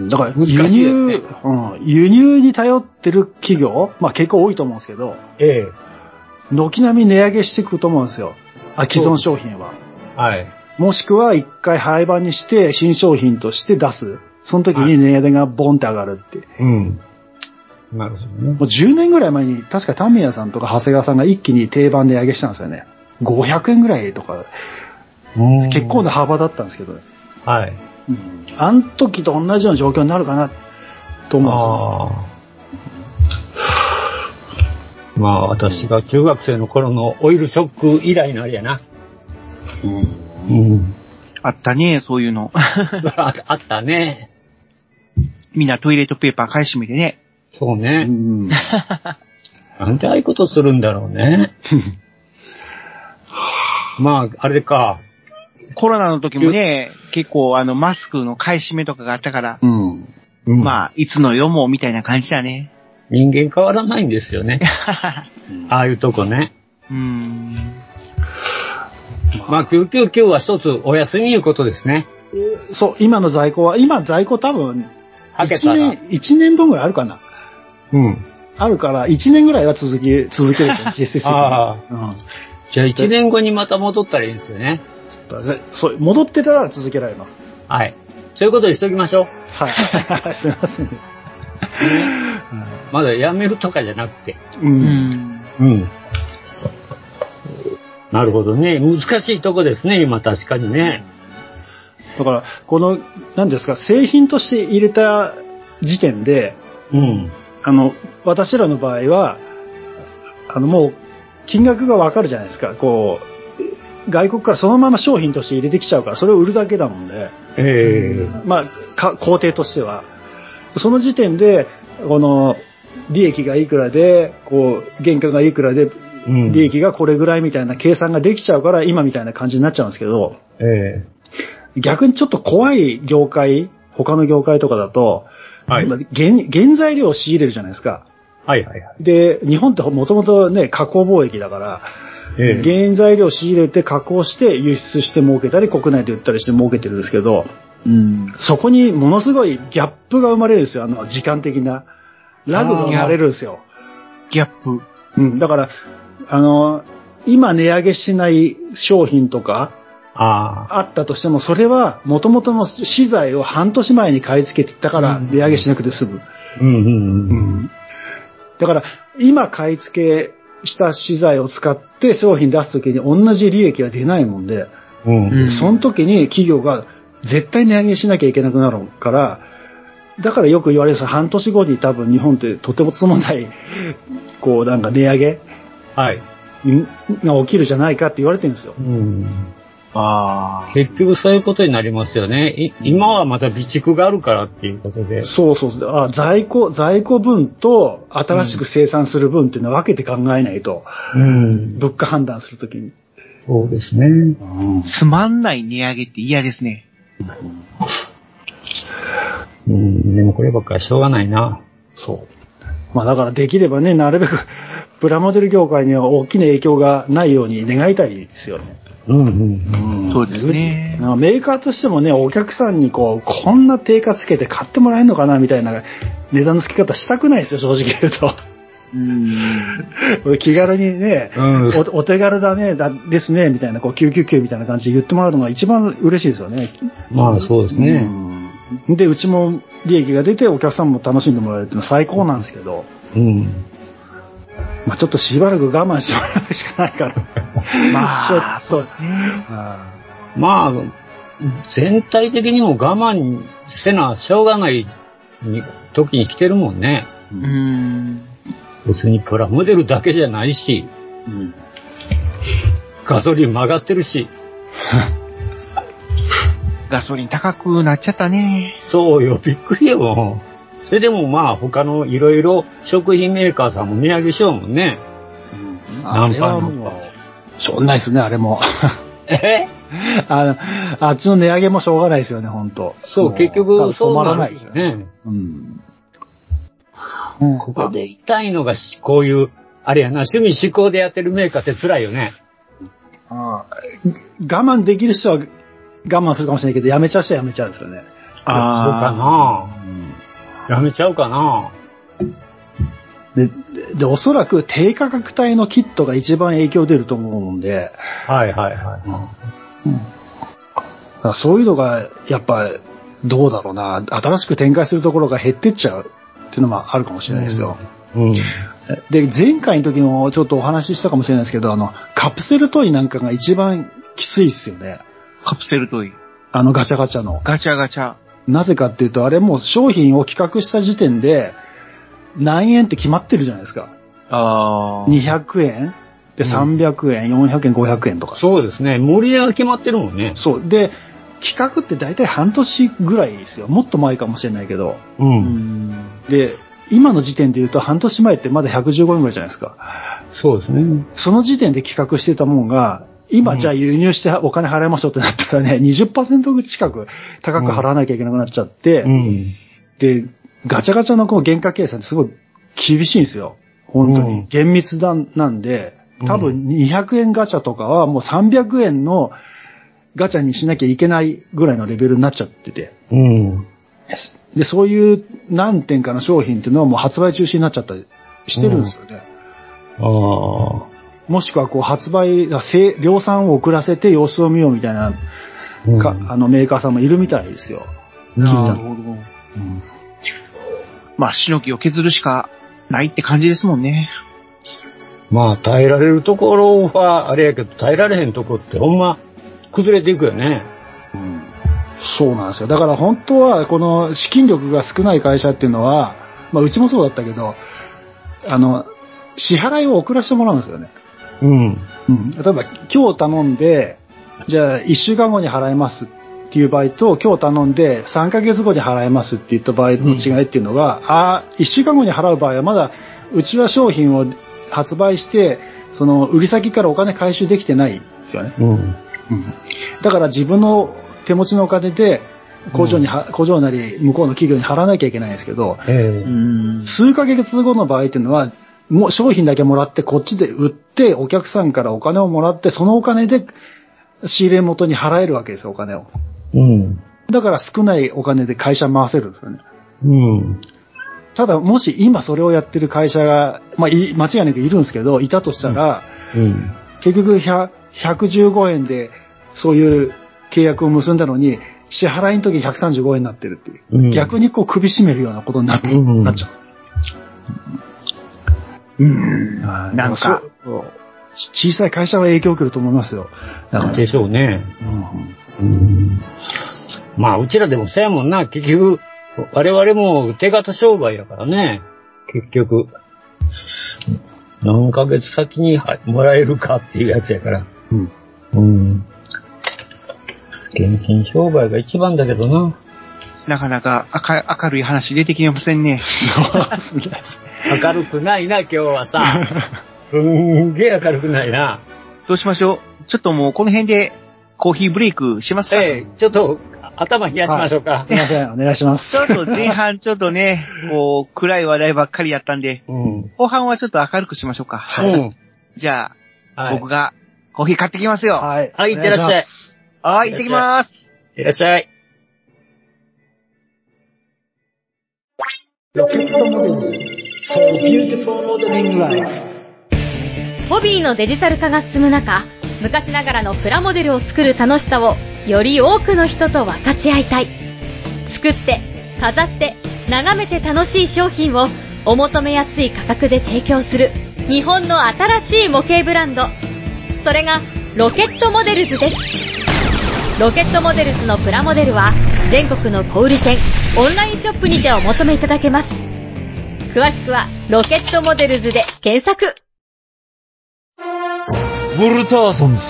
Speaker 3: だから、
Speaker 9: 難しい
Speaker 3: 輸
Speaker 9: ですね
Speaker 3: 入、うん、輸入に頼ってる企業、まあ結構多いと思うんですけど、
Speaker 9: ええ。
Speaker 3: 軒並み値上げしていくと思うんですよ。あ、既存商品は。
Speaker 9: はい。
Speaker 3: もしくは一回廃盤にして新商品として出す。その時に値上げがボンって上がるって。
Speaker 9: うん。なるほどね。
Speaker 3: もう10年ぐらい前に、確かタミヤさんとか長谷川さんが一気に定番値上げしたんですよね。500円ぐらいとか、
Speaker 9: うん
Speaker 3: 結構な。幅だったんですけどね。
Speaker 9: はい。
Speaker 3: うん。あの時と同じような状況になるかな、と思
Speaker 9: ああ。まあ、私が中学生の頃のオイルショック以来のあれやな。うん。
Speaker 8: あ。あったね、そういうの。 [LAUGHS]
Speaker 9: あ [LAUGHS] あったね。
Speaker 8: みんなトイレットペーパー買い占めてね。
Speaker 9: そう
Speaker 3: うんです
Speaker 9: ね。
Speaker 3: よ。うん。
Speaker 9: なんでああいうことするんだろう
Speaker 3: [LAUGHS]
Speaker 9: ね。まあ、あれか。
Speaker 8: コロナの時もね、結構あのマスクの買い占めとかがあったから、
Speaker 3: うん。
Speaker 9: あ。
Speaker 8: まあ、いつの世もみたいな感じだね。 [LAUGHS]
Speaker 9: 人間変わらないんですよ
Speaker 3: [LAUGHS]
Speaker 9: ね。ああいうとこね。
Speaker 8: うーん。
Speaker 9: まあ、999は一つお休みいうことですね。
Speaker 3: そう、今の在庫は、今在庫多分、
Speaker 9: はけ
Speaker 3: 1
Speaker 9: たら。
Speaker 3: 年、一年分ぐらいあるかな。
Speaker 9: うん。
Speaker 3: あるから、1年ぐらいは続き、続ける
Speaker 9: [LAUGHS]
Speaker 3: と、実質的に。
Speaker 9: ああ。
Speaker 3: うん
Speaker 9: じゃあ1年後にまた戻ったらいいんですよね。
Speaker 3: だからそう、戻ってたら続けられます。
Speaker 9: はい。そういうことにしときましょう。
Speaker 3: はい。すいません。
Speaker 9: まだやめるとかじゃなくて。
Speaker 3: う。
Speaker 8: うんん。
Speaker 9: うん。なるほどね。難しいとこですね、今確かにね。
Speaker 3: だから、この、何ですか、製品として入れた時点で、
Speaker 9: うん。
Speaker 3: あの、私らの場合は、あの、もう、金額がわかるじゃないですか。こう、外国からそのまま商品として入れてきちゃうから、それを売るだけだもんで、
Speaker 9: ええ
Speaker 3: まあ、か工程としては。その時点で、この、利益がいくらで、こう、原価がいくらで、
Speaker 9: うん。
Speaker 3: 利益がこれぐらいみたいな計算ができちゃうから、今みたいな感じになっちゃうんですけど、
Speaker 9: ええ
Speaker 3: 逆にちょっと怖い業界、他の業界とかだと、
Speaker 9: はい。
Speaker 3: 今
Speaker 9: はい
Speaker 3: 原原材料を仕入れるじゃないですか。
Speaker 9: はいはい。
Speaker 3: で、日本ってもともとね、加工貿易だから、
Speaker 9: ええ
Speaker 3: 原材料を仕入れて加工して輸出して儲けたり、国内で売ったりして儲けてるんですけど、
Speaker 8: うん。
Speaker 3: そこにものすごいギャップが生まれるんですよ。あの、時間的な。ラグが生まれるんですよ。
Speaker 8: ギャップ。
Speaker 3: うん。だから、あの、今値上げしない商品とか、
Speaker 9: ああ。
Speaker 3: あったとしても、それは元々の資材を半年前に買い付けていったから、
Speaker 8: うん
Speaker 3: 値上げしなくて済む。
Speaker 9: うんうんうん。
Speaker 3: だから、今買い付けした資材を使って商品出すときに同じ利益は出ないもんで、
Speaker 9: うん。うん
Speaker 3: その時に企業が絶対値上げしなきゃいけなくなるから、だからよく言われるんですよ半年後に多分日本ってとてもつもない、 [LAUGHS] こうなんか値上げ
Speaker 9: はい。
Speaker 3: んが起きるじゃないかって言われてるんですよ。
Speaker 9: うん。
Speaker 8: ああ。
Speaker 9: 結局そういうことになりますよね。い今はまた備蓄があるからっていうことで。
Speaker 3: そうそうあ。在庫、在庫分と新しく生産する分っていうのは分けて考えないと、
Speaker 9: うん。
Speaker 3: 物価判断するときに。
Speaker 9: そうですね。
Speaker 8: つまんない値上げって嫌ですね。
Speaker 9: うん。でもこればっかりしょうがないな。
Speaker 3: そう。まあだからできればね、なるべく [LAUGHS] プラモデル業界には大きな影響がないように願いたいですよね。
Speaker 9: うんうん。
Speaker 8: そうですね。
Speaker 3: なんかメーカーとしてもね、お客さんにこう、こんな定価つけて買ってもらえるのかなみたいな値段の付け方したくないですよ、正直言うと。こ [LAUGHS] れ気軽にね、
Speaker 9: うん。
Speaker 3: おお手軽だね、だですね、みたいな、こう、救急救みたいな感じで言ってもらうのが一番嬉しいですよね。
Speaker 9: まあそうです
Speaker 3: う
Speaker 9: ね。
Speaker 3: んで、うちも利益が出て、お客さんも楽しんでもらえるっていうのは最高なんですけど、
Speaker 9: うん。
Speaker 3: まあちょっとしばらく我慢してもらうしかないから。 [LAUGHS] まあ、そうですね。
Speaker 9: まあ、全体的にも我慢せな、しょうがないに時に来てるもんね。
Speaker 8: うん。
Speaker 9: 別にプラモデルだけじゃないし、
Speaker 3: うん
Speaker 9: ガソリン曲がってるし、
Speaker 8: ガソリン高くなっちゃったね。
Speaker 9: そうよ、びっくりよ。で、でもまあ他のいろいろ食品メーカーさんも値上げしようもんね。
Speaker 3: あれは
Speaker 9: ナン
Speaker 3: も
Speaker 9: パナン
Speaker 3: う、しょうがないですね、あれ [LAUGHS] も。
Speaker 9: え
Speaker 3: あの、あっちの値上げもしょうがないですよね、本当
Speaker 9: そう、結局
Speaker 3: 止
Speaker 9: そう
Speaker 3: まら
Speaker 9: な
Speaker 3: な
Speaker 9: る
Speaker 3: いです
Speaker 9: よ
Speaker 3: よね。
Speaker 9: ね。
Speaker 3: うん。
Speaker 9: ここで痛いのがしこういう、あれやな、趣味嗜好でやってるメーカーって辛いよね。
Speaker 3: ああ我慢できる人は我慢するかもしれないけど、やめちゃう人はやめちゃうんですよね。
Speaker 9: そうか
Speaker 8: あ
Speaker 9: なやめちゃうかな
Speaker 3: で、でで、おそらく低価格帯のキットが一番影響出ると思うんで、
Speaker 9: はいはいはい。
Speaker 3: だからそういうのが、やっぱ、どうだろうな、新しく展開するところが減ってっちゃうっていうのもあるかもしれないですよ。
Speaker 9: うん。
Speaker 3: で、前回の時もちょっとお話ししたかもしれないですけど、あの、カプセルトイなんかが一番きついですよね。
Speaker 8: ーカプセルトイ。
Speaker 3: あのガチャガチャの。
Speaker 8: ガチャガチャ。
Speaker 3: なぜかっていうと、あれもう商品を企画した時点で、何円って決まってるじゃないですか。
Speaker 8: あー。
Speaker 3: 200円で300円、400円、500円とか。
Speaker 9: そうですね。盛り上が決まってるもんね。
Speaker 3: そう。で、企画って大体半年ぐらいですよ。もっと前かもしれないけど。
Speaker 9: うん。
Speaker 3: で、今の時点で言うと半年前ってまだ115円ぐらいじゃないですか。
Speaker 9: そうですね。
Speaker 3: その時点で企画してたもんが、今じゃあ輸入してお金払いましょうってなったらね、20%近く高く払わなきゃいけなくなっちゃって、
Speaker 9: うん。
Speaker 3: で、ガチャガチャのこの原価計算ってすごい厳しいんですよ。本当
Speaker 9: うん
Speaker 3: に。厳密だなんで、多
Speaker 9: う
Speaker 3: 分200円ガチャとかはもう300円のガチャにしなきゃいけないぐらいのレベルになっちゃってて。
Speaker 9: うん。
Speaker 3: で、そういう何点かの商品っていうのはもう発売中止になっちゃったりしてるんですよね。
Speaker 9: ああ。
Speaker 3: もしくはこう発売、あせ量産を遅らせて様子を見ようみたいな、
Speaker 9: うん
Speaker 3: かあのメーカーさんもいるみたいですよ。
Speaker 8: なるほど。まあ、しのきを削るしかないって感じですもんね。
Speaker 9: まあ、耐えられるところは、あれやけど、耐えられへんとこってほんま、崩れていくよね。
Speaker 3: そうなんですよ。だから本当はこの資金力が少ない会社っていうのは、まあうちもそうだったけど、あの、支払いを遅らせてもらうんですよね。
Speaker 9: うん。
Speaker 3: うん。例えば今日頼んで、じゃあ1週間後に払いますっていう場合と、今日頼んで3ヶ月後に払いますって言った場合の違いっていうのが、ああ、1週間後に払う場合はまだ、うちは商品を発売して、その売り先からお金回収できてないんですよね。
Speaker 9: うん。
Speaker 3: だから自分の手持ちのお金で工場には、工場なり向こうの企業に払わなきゃいけないんですけど、
Speaker 9: ええ
Speaker 3: 数ヶ月後の場合っていうのは、もう商品だけもらってこっちで売って、お客さんからお金をもらって、そのお金で仕入れ元に払えるわけですよ、お金を。
Speaker 9: うん。
Speaker 3: だから少ないお金で会社回せるんですよね。
Speaker 9: うん。
Speaker 3: ただ、もし今それをやってる会社が、まあ、い間違いなくいるんですけど、いたとしたら、
Speaker 9: うん。
Speaker 3: 結局100 115円でそういう契約を結んだのに、支払いの時135円になってるっていう。
Speaker 9: うん
Speaker 3: 逆にこう首絞めるようなことにな,、
Speaker 9: うん
Speaker 3: なっちゃう。うん。なんか、そうち小さい会社は影響を受けると思いますよ。だから、
Speaker 9: でしょうね。
Speaker 3: うん
Speaker 9: まあ、うちらでもそうやもんな。結局、我々も手形商売やからね。結局。何ヶ月先にはもらえるかっていうやつやから。
Speaker 3: うん。
Speaker 9: うん。現金商売が一番だけどな。
Speaker 8: なかなか明明るい話出てきませんね。
Speaker 9: 明るくないな、今日はさ。 [LAUGHS] すんげえ明るくないな。
Speaker 8: どうしましょうちょっともうこの辺でコーヒーブレイクしますか、
Speaker 9: ええちょっと頭冷やしましょうか。
Speaker 3: すいません、お願いします。
Speaker 8: ちょっと前半ちょっ
Speaker 1: [LAUGHS]
Speaker 8: とね、こう、暗い話題ばっかりやったんで、
Speaker 9: うん。
Speaker 8: 後半はちょっと明るくしましょうか。
Speaker 9: うん。
Speaker 8: じゃあ、
Speaker 9: はい
Speaker 8: 僕。がコーヒー買ってきますよ。は
Speaker 3: はい。
Speaker 9: はい、いってらっしゃい。
Speaker 8: ーい、行ってきます。
Speaker 9: いらっしゃい。
Speaker 3: ロケットモデル。 for beautiful modeling life.
Speaker 10: ホビーのデジタル化が進む中、昔ながらのプラモデルを作る楽しさをより多くの人と分かち合いたい。作って、飾って、眺めて楽しい商品をお求めやすい価格で提供する日本の新しい模型ブランド。それがロケットモデルズです。ロケットモデルズのプラモデルは全国の小売店、オンラインショップにてお求めいただけます。詳しくはロケットモデルズで検索。
Speaker 11: ウォルターソンズ。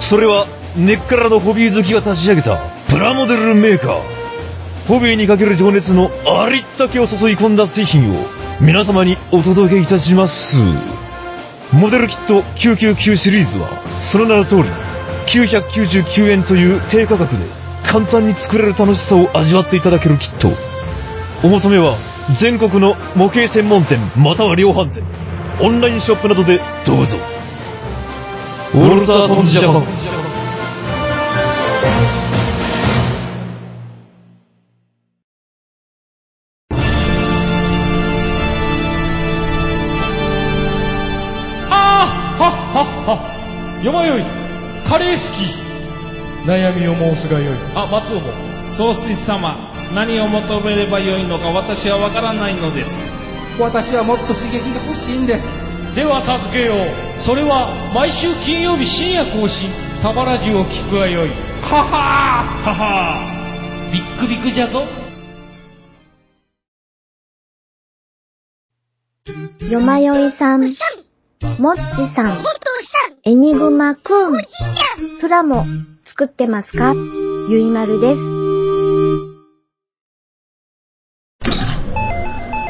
Speaker 11: それは、根っからのホビー好きが立ち上げた、プラモデルメーカー。ホビーにかける情熱のありったけを注い込んだ製品を、皆様にお届けいたします。モデルキット999シリーズは、その名の通り、999円という低価格で、簡単に作れる楽しさを味わっていただけるキット。お求めは、全国の模型専門店、または量販店、オンラインショップなどでどうぞ。ウォルターソンズジャパン。
Speaker 12: あーはっはっは山よいカレー好き
Speaker 13: 悩みを申すがよい。
Speaker 12: あ松尾も総帥様何を求めればよいのか私はわからないのです
Speaker 13: 私はもっと刺激が欲しいんです。
Speaker 12: では助けようそれは毎週金曜日深夜更新サバラジュを聞くがよいははーははービックビックじゃぞ
Speaker 14: よまよいさん、もっちさん、エニグマくん、プラも作ってますかゆいまるです。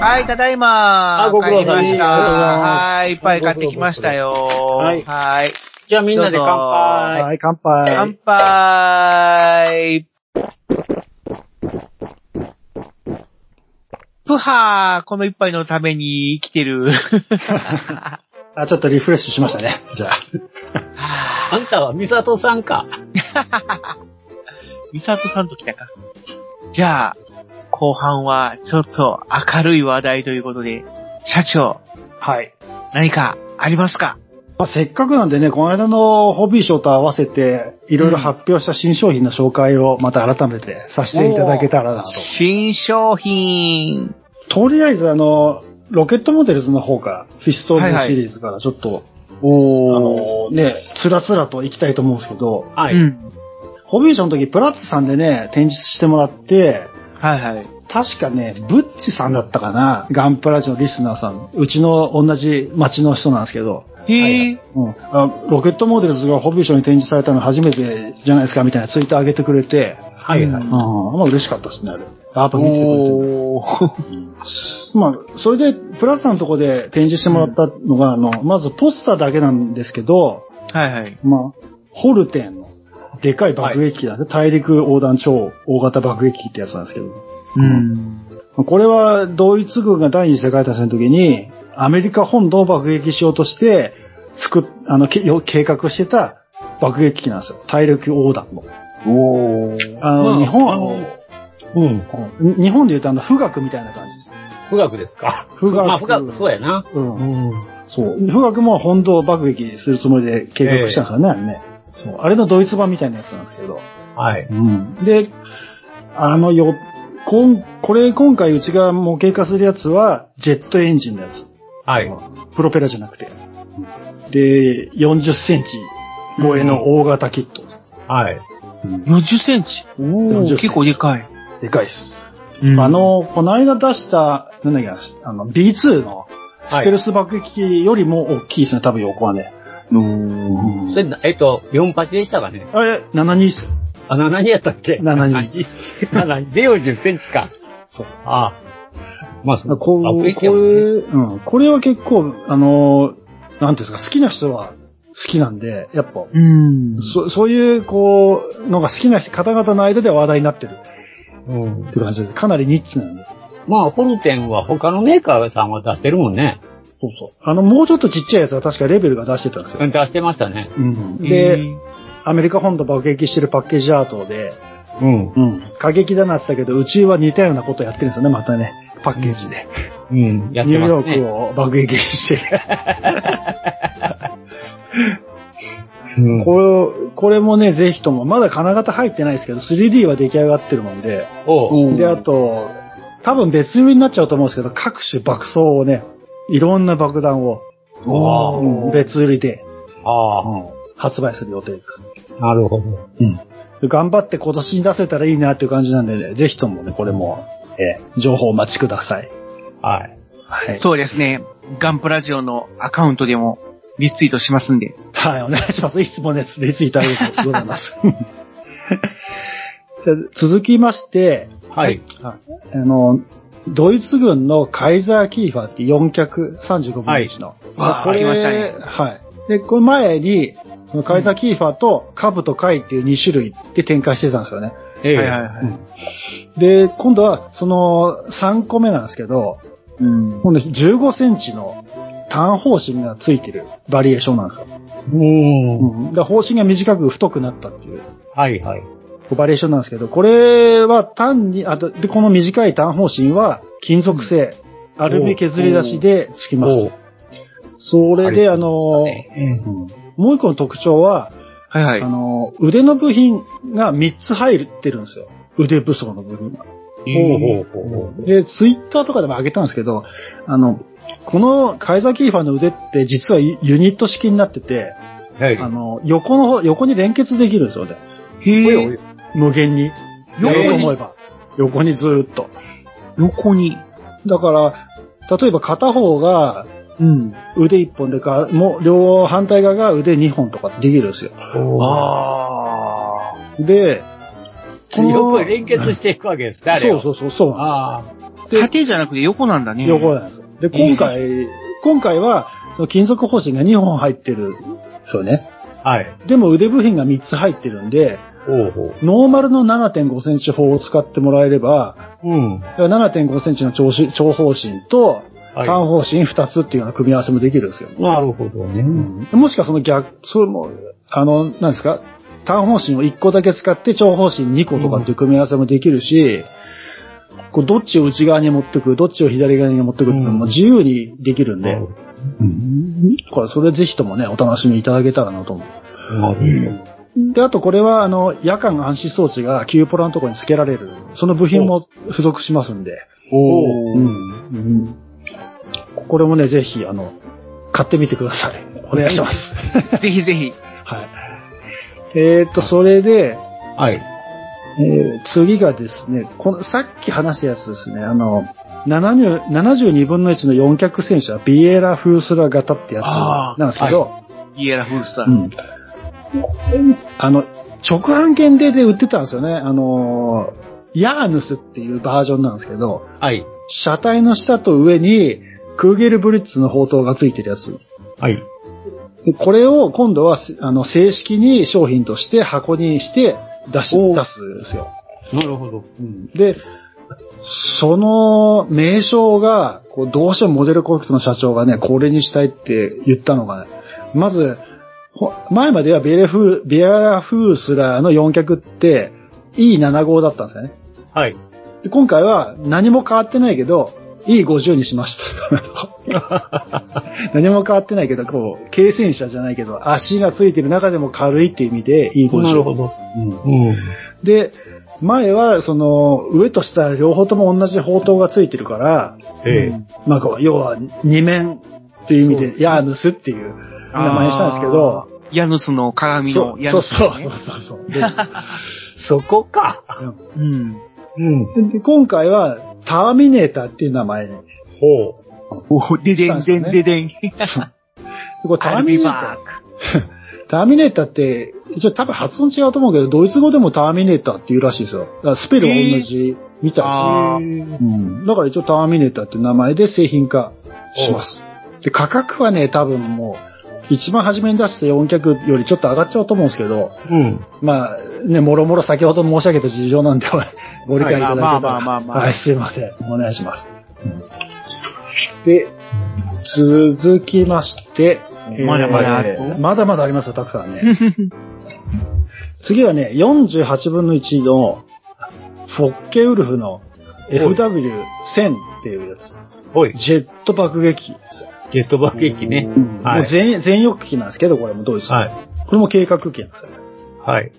Speaker 8: はい、ただいま
Speaker 1: あご苦労さん
Speaker 8: 帰りました。
Speaker 1: ありがとうございます
Speaker 8: はい、いっぱい買ってきましたよ。はい。
Speaker 9: じゃあみんなで乾杯。
Speaker 3: はい、乾杯。
Speaker 8: 乾杯。ぷはー、この一杯のために生きてる。 [LAUGHS]
Speaker 3: あ、ちょっとリフレッシュしましたね。じゃあ。
Speaker 9: あんたはミサトさんか。
Speaker 8: ミサトさんと来たか。じゃあ、後半はちょっと明るい話題ということで、社長。
Speaker 3: はい。
Speaker 8: 何かありますか
Speaker 3: まあ、せっかくなんでね、この間のホビーショーと合わせて、いろいろ発表した新商品の紹介をまた改めてさせていただけたらなと。
Speaker 8: 新商品。
Speaker 3: とりあえずあの、ロケットモデルズの方から、フィストオブシリーズからちょっと、おー、ね、つらつらと行きたいと思うんですけど、
Speaker 9: はい。
Speaker 3: ホビーショーの時、プラッツさんでね、展示してもらって、
Speaker 8: はいはい。
Speaker 3: 確かね、ブッチさんだったかな、ガンプラジのリスナーさん。うちの同じ町の人なんですけど、
Speaker 8: へえ。
Speaker 3: うん、あロケットモデルズがホビーショーに展示されたの初めてじゃないですかみたいなツイート上げてくれて、
Speaker 9: はいはい
Speaker 3: うん、まあ嬉しかったですね、あれ。やっぱ見ててくれてる。うんまあ、それで、プラスのとこで展示してもらったのが、あの、まずポスターだけなんですけど、
Speaker 8: はいはい。
Speaker 3: まあ、ホルテンの、でかい爆撃機なんで、大陸横断超大型爆撃機ってやつなんですけど、
Speaker 8: うん。
Speaker 3: これはドイツ軍が第二次世界大戦の時に、アメリカ本土を爆撃しようとして、作っ、あの、けよ計画してた爆撃機なんですよ。大陸横断の。
Speaker 9: お
Speaker 3: あの、
Speaker 9: まあ
Speaker 3: 日本、
Speaker 9: あ
Speaker 3: うん日本で言うとあの、富岳みたいな感じです。
Speaker 9: 富岳ですか。
Speaker 3: 富岳
Speaker 9: あ、富岳、そうやな。
Speaker 3: うん。そう。富岳も本土を爆撃するつもりで計画したんですよね、あれね。そう。あれのドイツ版みたいなやつなんですけど。
Speaker 9: はい。
Speaker 3: うん。で、あのよ、こん、これ今回うちが模型化するやつは、ジェットエンジンのやつ。
Speaker 9: はい。
Speaker 3: プロペラじゃなくて。で、40センチ超えの大型キット。
Speaker 9: はい。
Speaker 8: 40センチお
Speaker 3: 40センチ
Speaker 8: 結構でかい。
Speaker 3: でかいっす。あの、この間出した、なんだっけな、あの、B2 のステルス爆撃機よりも大きいですね、多分横はね。うん。
Speaker 9: それ、えっと、48でしたかね。
Speaker 3: あれ、72っす。
Speaker 9: あ、72やったっけ
Speaker 3: ?72。
Speaker 9: 72で40センチか。
Speaker 3: そう。
Speaker 9: あまあ、そ
Speaker 3: こ
Speaker 9: あ
Speaker 3: う、
Speaker 9: 雰囲
Speaker 3: こ
Speaker 9: 気
Speaker 3: れ、
Speaker 9: はね
Speaker 3: うん。これは結構、あのー、なんていうんですか、好きな人は好きなんで、やっぱ、
Speaker 8: うん。
Speaker 3: そそういう、こう、のが好きな人方々の間で話題になってる。
Speaker 9: うん。
Speaker 3: って感じで、かなりニッチなんで。
Speaker 9: まあ、ホルテンは他のメーカーさんは出してるもんね。
Speaker 3: そうそう。あの、もうちょっとちっちゃいやつは確かレベルが出してたんですよ。
Speaker 9: 出してましたね。
Speaker 3: うんで、アメリカ本土爆撃してるパッケージアートで、
Speaker 9: うん。
Speaker 3: うん。過激だなって言ったけど、うちは似たようなことやってるんですよね、またね。パッケージで。
Speaker 9: うん、やっ
Speaker 3: ニ
Speaker 9: て
Speaker 3: ュー
Speaker 9: ま
Speaker 3: ヨ
Speaker 9: すね。
Speaker 3: ークを爆撃してる。
Speaker 9: うん
Speaker 3: これ、これもね、ぜひとも、まだ金型入ってないですけど、3D は出来上がってるもんで、
Speaker 9: お
Speaker 3: で、あと、多分別売りになっちゃうと思うんですけど、各種爆走をね、いろんな爆弾を、
Speaker 9: お
Speaker 3: うん別売りで
Speaker 9: ああ、
Speaker 3: 発売する予定です。
Speaker 9: なるほど。
Speaker 3: 頑張って今年に出せたらいいなっていう感じなんでね、ぜひともね、これも、えー情報お待ちください。
Speaker 9: はい。
Speaker 3: はい。
Speaker 8: そうですね。ガンプラジオのアカウントでもリツイートしますんで。
Speaker 3: はい、お願いします。いつもね、リツイートありがとうござ
Speaker 8: [LAUGHS]
Speaker 3: います。じゃあ続きまして、
Speaker 9: はい。
Speaker 3: あの、ドイツ軍のカイザー・キーファーって4脚35分の1の。
Speaker 8: わあ、
Speaker 3: これ
Speaker 8: 来ましたね。
Speaker 3: はい。で、これ前に、このカイザー・キーファーとカブとカイっていう2種類で展開してたんですよね。
Speaker 9: ええ
Speaker 8: はいはいはい。
Speaker 3: で、今度は、その3個目なんですけど、
Speaker 8: うん。
Speaker 3: 今度15センチの単方針がついてるバリエーションなんですよ。
Speaker 9: うん。
Speaker 3: うん。で、方針が短く太くなったっていう。
Speaker 9: はいはい。
Speaker 3: バリエーションなんですけど、これは単に、あと、で、この短い単方針は金属製、アルミ削り出しでつきま
Speaker 9: お
Speaker 3: す
Speaker 9: う。
Speaker 3: それで、あのー、
Speaker 9: うん
Speaker 3: もう一個の特徴は、
Speaker 8: はいはい
Speaker 3: あ。のー、腕の部品が3つ入ってるんですよ。腕武装の部品が。
Speaker 9: ほうほうほうほう。
Speaker 3: で、ツイッターとかでも上げたんですけど、あの、このカイザーキーファーの腕って実はユユニット式になってて、
Speaker 9: はい。
Speaker 3: あの、横の方、横に連結できるんですよね。
Speaker 8: へ
Speaker 9: おいお
Speaker 8: え
Speaker 9: い、
Speaker 3: 無限に。
Speaker 8: 横に
Speaker 3: やろうと思えば。横にずーっと。
Speaker 8: 横に。
Speaker 3: だから、例えば片方が
Speaker 8: うん。
Speaker 3: 腕1本でか、もう両反対側が腕2本とかできるんですよ。
Speaker 8: ああ。
Speaker 3: で、
Speaker 9: よく連結していくわけですか、あれ
Speaker 3: そ
Speaker 9: を
Speaker 3: うそうそう、そうなん
Speaker 9: ああ。
Speaker 8: 縦じゃなくて横なんだ
Speaker 3: で
Speaker 8: ね。
Speaker 3: す。横なんですよ。で、今回、今回は、その金属方針が2本入ってる。そうね。
Speaker 9: はい。
Speaker 3: でも腕部品が3つ入ってるんで、
Speaker 9: ほうほ
Speaker 3: ノーマルの7.5センチ砲を使ってもらえれば、
Speaker 9: う。うん。
Speaker 3: だから7.5センチの長し長方針と、
Speaker 9: はい
Speaker 3: 単方針2つっていうような組み合わせもできるんですよ。
Speaker 9: なるほどね。
Speaker 3: もしかその逆、それも、あの、なんですか、単方針を1個だけ使って長方針2個とかっていう組み合わせもできるし、こうどっちを内側に持ってく、どっちを左側に持ってくっていうのも自由にできるんで、これ、それぜひともね、お楽しみいただけたらなと思う。で、あとこれは、あの、夜間暗視装置がキューポラのところに付けられる、その部品も付属しますんで、
Speaker 9: お
Speaker 3: う
Speaker 9: ー
Speaker 3: んうんこれもね、ぜひ、あの、買ってみてくださ
Speaker 9: [LAUGHS]
Speaker 3: い。お願いします。
Speaker 8: ぜひぜひ。
Speaker 3: はい。えーっと、それで、
Speaker 9: はい。
Speaker 3: えー次がですね、この、さっき話したやつですね、あの、70 72分の1の4脚戦車、ビエラ・フースラ型ってやつ
Speaker 8: あー
Speaker 3: なんですけど、
Speaker 8: イエラフルさ。
Speaker 3: うんん。あの、直販限定で売ってたんですよね。あのー、ヤーヌスっていうバージョンなんですけど、
Speaker 9: はい。
Speaker 3: 車体の下と上に、クーゲルブリッツの砲塔がついてるやつ。
Speaker 9: はい。
Speaker 3: でこれを今度は、あの、正式に商品として箱にして出し、
Speaker 9: おう
Speaker 3: 出すんですよ。
Speaker 9: なるほど。
Speaker 3: で、その名称が、こうどうしてもモデルコンフェクトの社長がね、これにしたいって言ったのがね、まず、ほ前まではビエラフビエラフースラーの4脚って E75 だったんですよね。
Speaker 9: はい。
Speaker 3: で今回は何も変わってないけど、E50 にし
Speaker 9: [LAUGHS]
Speaker 3: ました。何も変わってないけど、こう、軽戦車じゃないけど、足がついてる中でも軽いっていう意味で E50。
Speaker 9: なるほど。うん。
Speaker 3: で、前は、その、上と下両方とも同じ砲塔がついてるから、
Speaker 9: ええ。
Speaker 3: まあこう、要は二面っていう意味で、ヤーヌスっていう名前にしたんですけど、
Speaker 8: あー。ヤヌスの鏡
Speaker 3: そ
Speaker 8: の
Speaker 3: う
Speaker 8: ヤ
Speaker 3: そ
Speaker 8: ヌ
Speaker 3: う
Speaker 8: ス
Speaker 3: そ
Speaker 8: ね、
Speaker 3: うそうそうそう。
Speaker 9: そこか。
Speaker 8: うん。
Speaker 9: うん。
Speaker 3: でで今回は、ターミネーターっていう名前で、
Speaker 9: ほう。
Speaker 8: おででんでんででん。
Speaker 3: これター
Speaker 8: アルビ
Speaker 3: ミネー
Speaker 8: バ
Speaker 3: タ
Speaker 8: ーク。
Speaker 3: ー、ターミネーターって、一応多分発音違うと思うけど、ドイツ語でもターミネーターっていうらしいですよ。だからスペルは同じみたいですね。
Speaker 8: あ
Speaker 3: うんだから一応ターミネーターって名前で製品化します。で、価格はね、多分もう、一番初めに出した4脚よりちょっと上がっちゃうと思うんですけど、
Speaker 9: うん。
Speaker 3: まあ、ね、もろもろ先ほど申し上げた事情なんで、 [LAUGHS] ご理解いただけたら、
Speaker 8: はいまあまあまあまあ
Speaker 3: はい、すいません。お願いします。で、続きまして、
Speaker 8: まだまだあるぞ
Speaker 3: えーまだまだありますよ、たくさんね。次はね、48分の1のフォッケウルフの FW1000 っていうやつ。ジェット爆撃機ですよ。
Speaker 9: ジェット爆撃機ね。
Speaker 3: もう全、全翼機なんですけど、これもドイツの。これも計画機なんですよ。
Speaker 9: はい。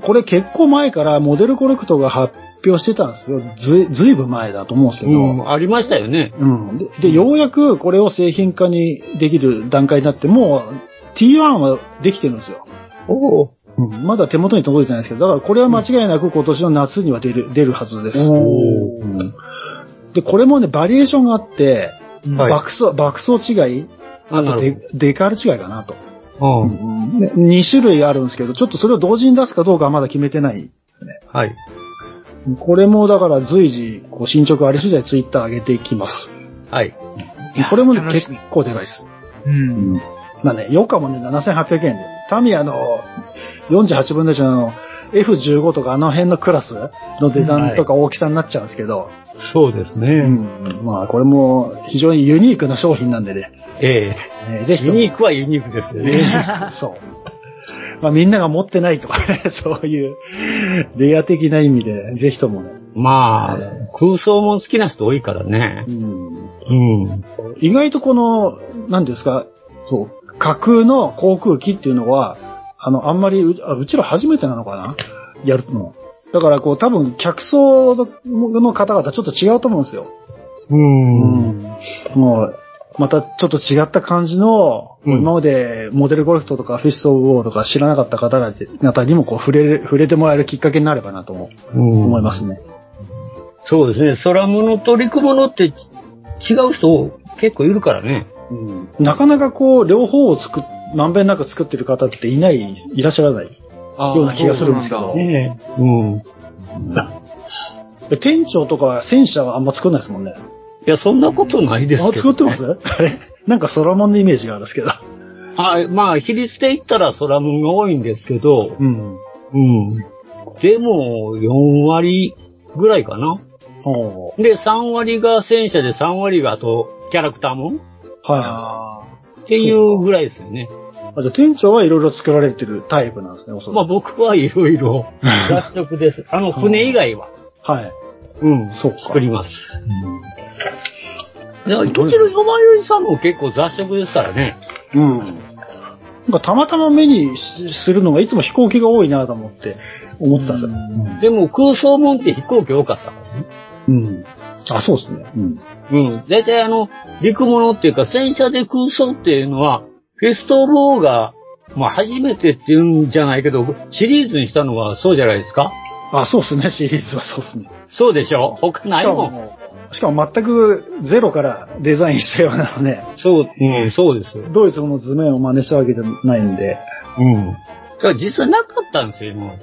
Speaker 3: これ結構前からモデルコレクトが発表してたんですよ。ず、ずいぶん前だと思うんですけど。
Speaker 9: うん、ありましたよね。
Speaker 3: うん。で、でようやくこれを製品化にできる段階になって、もう T1 はできてるんですよ。
Speaker 9: おお。
Speaker 3: うん、まだ手元に届いてないんですけど、だからこれは間違いなく今年の夏には出る、出るはずです。うんで、これもね、バリエーションがあって、
Speaker 9: はい
Speaker 3: 爆走、爆走違い、あ
Speaker 9: な
Speaker 3: と
Speaker 9: る
Speaker 3: デデカール違いかなと。
Speaker 9: うん。
Speaker 3: ね2種類あるんですけど、ちょっとそれを同時に出すかどうかはまだ決めてない。
Speaker 9: はい。
Speaker 3: これもだから随時、こう進捗あり次第ツイッター上げていきます。
Speaker 9: はい。
Speaker 3: これもね、結構でかいです。
Speaker 8: うん。
Speaker 3: まあね、ヨカもね、7800円で。タミヤの48分の1の F15 とかあの辺のクラスの値段とか大きさになっちゃうんですけど、
Speaker 9: そうですね。
Speaker 3: うんまあこれも非常にユニークな商品なんでね。
Speaker 9: え
Speaker 3: え。ぜひ
Speaker 9: ユ
Speaker 3: とも
Speaker 9: ニークはユニークですよ
Speaker 3: ユニ
Speaker 9: ね。
Speaker 3: ークそう。まあみんなが持ってないとかね、そういうレア的な意味で、ぜひともね。
Speaker 9: まあ、空想も好きな人多いからね。うん。うん。
Speaker 3: 意外とこの、何ですか、そう、架空の航空機っていうのは、あの、あんまりう、あうちら初めてなのかなやるの。だからこう、多分、客層の方々ちょっと違うと思うんですよ。
Speaker 9: うん。
Speaker 3: もう、またちょっと違った感じの、今までモデルゴルフトとかフィストオブウォーとか知らなかった方々にもこう触れる、触れてもらえるきっかけになればなと思う思いますね。
Speaker 9: そうですね。空物と陸物って違う人結構いるからね。
Speaker 3: なかなかこう、両方を作っ、まんべんなく作ってる方っていない、いらっしゃらないような気がするんですけど。
Speaker 9: ねえうん。
Speaker 3: 店長とか戦車はあんま作んないですもんね。
Speaker 9: いや、そんなことないですけど、ね。
Speaker 3: あ、作って [LAUGHS] ますあれなんか空物のイメージがあるんですけど。
Speaker 9: はい。まあ、比率で言ったら空物が多いんですけど、
Speaker 3: うん。
Speaker 9: うん。でも、4割ぐらいかな。で、3割が戦車で3割があと、キャラクターもん
Speaker 3: は
Speaker 9: っていうぐらいですよね。
Speaker 3: い。あじゃあ店長はいろいろ作られてるタイプなんですね、おそ
Speaker 9: ま
Speaker 3: ら
Speaker 9: あ
Speaker 3: く。
Speaker 9: 僕はいろい
Speaker 3: [LAUGHS]
Speaker 9: ろ雑食です。あの船以外は。
Speaker 3: はい。
Speaker 9: うん。
Speaker 3: そうか。
Speaker 9: 作ります。だから、どちらよまよいさんも結構雑食ですからね。
Speaker 3: うん。なんかたまたま目にしするのがいつも飛行機が多いなと思って、思ってたんですよ。
Speaker 9: でも空想もんって飛行機多かったからね。
Speaker 3: うん。あ、そうですね。うん。
Speaker 9: うん。だいたいあの、陸物っていうか戦車で空想っていうのは、フェストローが、まあ初めてっていうんじゃないけど、シリーズにしたのはそうじゃないですか
Speaker 3: あ、そうですね、シリーズはそうですね。
Speaker 9: そうでしょ他ないも
Speaker 3: しか
Speaker 9: ん。
Speaker 3: しかも全くゼロからデザインしたようなのね。
Speaker 9: そう、うん、そうですよ。
Speaker 3: ドイツの図面を真似したわけじゃないんで。
Speaker 9: うん。だから実はなかったんですよ、今まで。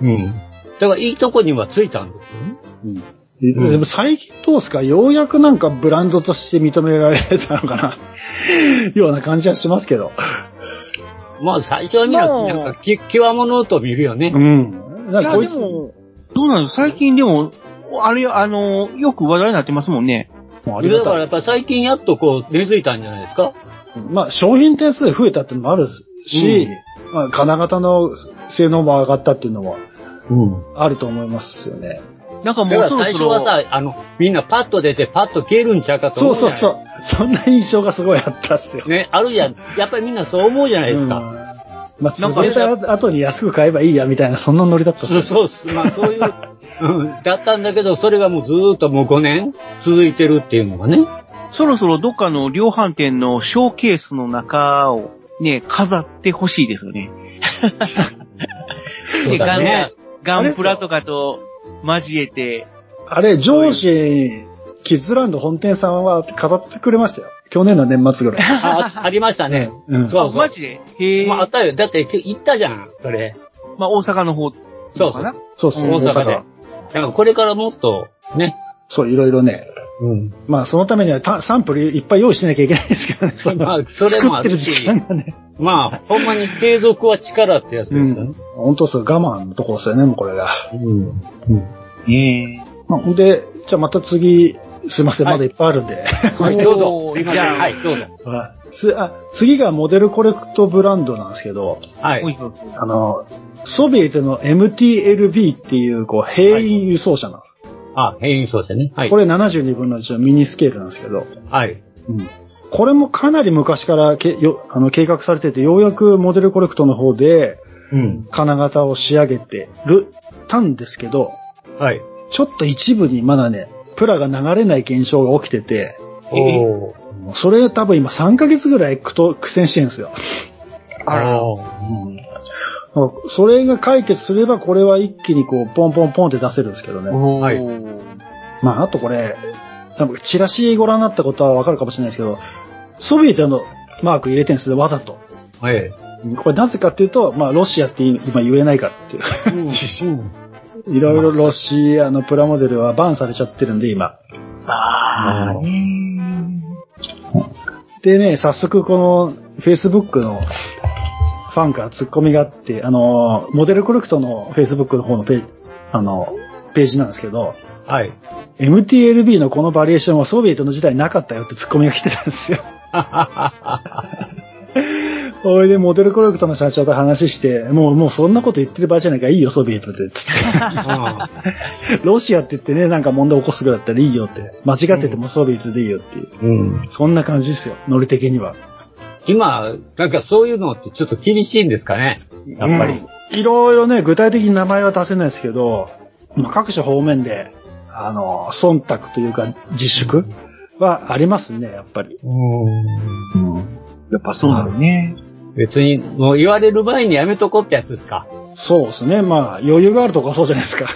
Speaker 9: うん。だからいいとこにはついたんですよね。
Speaker 3: うんでも最近どうですかようやくなんかブランドとして認められたのかな [LAUGHS] ような感じはしますけど。
Speaker 9: まあ最初は見なくて、なんかき、極物と見るよね。
Speaker 3: うん。
Speaker 8: いや、でも、どうなの最近でも、あれ、あの、よく話題になってますもんね。
Speaker 3: ありがたい
Speaker 9: だからやっぱ最近やっとこう根付いたんじゃないですか
Speaker 3: まあ、商品点数増えたってのもあるし、まあ、金型の性能も上がったっていうのもあると思いますよね。
Speaker 8: なんか
Speaker 9: だ
Speaker 8: も
Speaker 9: か
Speaker 8: う
Speaker 9: ら
Speaker 8: そろ
Speaker 9: 最初
Speaker 8: そろ
Speaker 9: は、さ、あの、みんなパッと出てパッと消えるんちゃうかと
Speaker 3: そ
Speaker 9: 思う
Speaker 3: う
Speaker 9: じゃ
Speaker 3: そう
Speaker 9: ない
Speaker 3: そう。そんな印象がすごいあったっすよ。
Speaker 9: ね、あるやん。やっぱりみんなそう思うじゃないですか。
Speaker 3: まあ、
Speaker 9: なん
Speaker 3: 潰
Speaker 9: か
Speaker 3: れた後に安く買えばいいや、みたいな、そんなノリだったっす
Speaker 9: そう
Speaker 3: よ。
Speaker 9: そうっす、まあそういう、うんだったんだけど、それがもうずーっともう5年続いてるっていうのがね。
Speaker 8: そろそろどっかの量販店のショーケースの中をね、飾ってほしいです
Speaker 9: [LAUGHS]
Speaker 8: よね。
Speaker 9: そうだね
Speaker 8: でガンガンプラとかと交えて、
Speaker 3: あれ、上司、キッズランド本店さんは飾ってくれましたよ。去年の年末ぐ
Speaker 9: [LAUGHS]
Speaker 3: らい。
Speaker 9: あ、あありましたね。
Speaker 3: うん
Speaker 9: そうそう。
Speaker 8: マジでへえ。
Speaker 9: まああったよ。だって行ったじゃん、それ。
Speaker 8: まあ大阪の方
Speaker 9: そう
Speaker 8: かな
Speaker 3: そうそう、
Speaker 9: 大阪で
Speaker 3: 大。
Speaker 9: だからこれからもっと、ね。
Speaker 3: そう、いろいろね。
Speaker 9: うん。
Speaker 3: まあ、そのためにはたサンプルいっぱい用意しなきゃいけないですけどね。そ
Speaker 9: [LAUGHS]
Speaker 3: の
Speaker 9: まあそれも
Speaker 3: 作
Speaker 9: あ
Speaker 3: って
Speaker 9: る
Speaker 3: る
Speaker 9: し
Speaker 3: 時間がね。
Speaker 9: まあ、ほんまに継続は力ってやつですよね。
Speaker 3: 本当そう、我慢のとこですよね、もうこれが。
Speaker 9: うん。
Speaker 8: ええ。
Speaker 3: まあ、ほんで、じゃあまた次、すいません、まだいっぱいあるんで。 [LAUGHS]
Speaker 9: はい、どうぞ。すいません。
Speaker 8: じゃあ
Speaker 9: はい、どうぞ。
Speaker 3: はいつあ次がモデルコレクトブランドなんですけど、
Speaker 9: はい。
Speaker 3: あの、ソビエトの MTLB っていう、こう、兵員輸送車なんです。
Speaker 9: あ、変異そうですね。はい。
Speaker 3: これ72分の1のミニスケールなんですけど、
Speaker 9: はい。
Speaker 3: うんこれもかなり昔からけよあの計画されてて、ようやくモデルコレクトの方で、
Speaker 9: うん。
Speaker 3: 金型を仕上げてる、たんですけど、
Speaker 9: はい。
Speaker 3: ちょっと一部にまだね、プラが流れない現象が起きてて、
Speaker 9: おー。
Speaker 3: それ多分今3ヶ月ぐらい苦闘苦戦してるんですよ。
Speaker 9: あら。
Speaker 3: それが解決すれば、これは一気にこう、ポンポンポンって出せるんですけどね。
Speaker 9: はい。
Speaker 3: まあ、あとこれ、多分チラシご覧になったことはわかるかもしれないですけど、ソビエトのマーク入れてるんですよ、わざと。
Speaker 9: はい。
Speaker 3: これなぜかっていうと、まあ、ロシアって今言えないからっていう。 [LAUGHS] いろいろロシアのプラモデルはバンされちゃってるんで、今。
Speaker 8: あー
Speaker 3: でね、早速この Facebook のファンからツッコミがあって、あの、モデルコレクトの Facebook の方のページ、あの、ページなんですけど、
Speaker 9: はい。
Speaker 3: MTLB のこのバリエーションはソビエトの時代なかったよってツッコミが来てたん [LAUGHS] ですよ。それでモデルコレクトの社長と話して、もう、もうそんなこと言ってる場合じゃないからいいよ、ソビエトって。つ [LAUGHS] って。ロシアって言ってね、なんか問題起こすぐらいだったらいいよって。間違っててもソビエトでいいよっていう。
Speaker 9: うん。
Speaker 3: そんな感じですよ、ノリ的には。
Speaker 9: 今、なんかそういうのってちょっと厳しいんですかね。やっぱり。
Speaker 3: うんいろいろね、具体的に名前は出せないですけど、まあ、各種方面で、あの、忖度というか自粛はありますね、やっぱり。
Speaker 8: やっぱそうだよね。
Speaker 9: 別に、もう言われる前にやめとこうってやつですか。
Speaker 3: そうですね、まあ、余裕があるとかそうじゃないですか。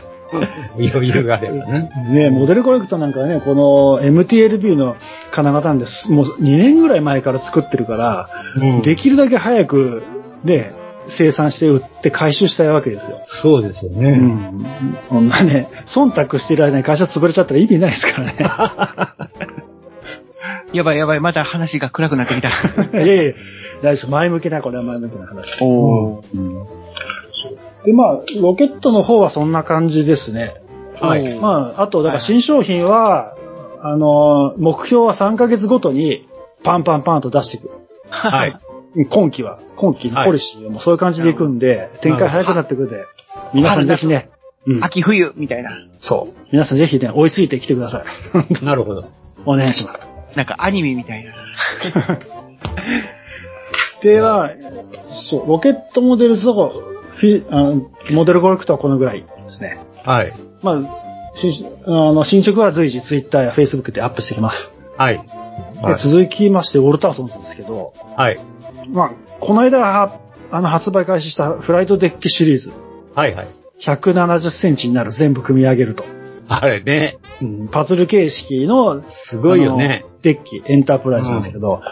Speaker 9: 余裕があればね。
Speaker 3: ね、モデルコレクトなんかはね、この MTLB の金型なんです。もう2年ぐらい前から作ってるから、できるだけ早く、ね、生産して売って回収したいわけですよ。
Speaker 9: そうですよね。
Speaker 3: うん。こんなね、忖度してる間に会社潰れちゃったら意味ないですからね。 [LAUGHS]
Speaker 8: やばいやばい、また話が暗くなってき
Speaker 9: [LAUGHS]
Speaker 8: た。
Speaker 3: いやいやいや、大丈夫です。前向きな、これは前向きな話。
Speaker 8: おー。
Speaker 3: で、まあ、ロケットの方はそんな感じですね。
Speaker 9: はい
Speaker 3: まあ、あと、だから新商品は、あのー、目標は3ヶ月ごとに、パンパンパンと出していく。
Speaker 9: はい。
Speaker 3: 今期は、今期のポリシーはもうそういう感じでいくんで、展開早くなっていくんで、皆さんぜひね、
Speaker 8: 秋冬みたいな。
Speaker 3: そう。皆さんぜひね、追いついてきてください。 [LAUGHS]
Speaker 9: なるほど。
Speaker 3: お願いします。
Speaker 8: なんかアニメみたいな。
Speaker 3: では、そう、ロケットモデルズとフィあのモデルコレクトはこのぐらいですね。
Speaker 9: はい。
Speaker 3: まあ、新あの進捗は随時ツイッターやフェイスブックでアップしてきます。
Speaker 9: はい。は
Speaker 3: で
Speaker 9: い。
Speaker 3: 続きまして、ウォルターソンズですけど、
Speaker 9: はい。
Speaker 3: まあ、この間は、あの、発売開始したフライトデッキシリーズ、
Speaker 9: はいはい。
Speaker 3: 170センチになる全部組み上げると。
Speaker 9: あれね。
Speaker 3: うんパズル形式の、
Speaker 9: すごいよね
Speaker 3: あの。デッキ、エンタープライズなんですけど、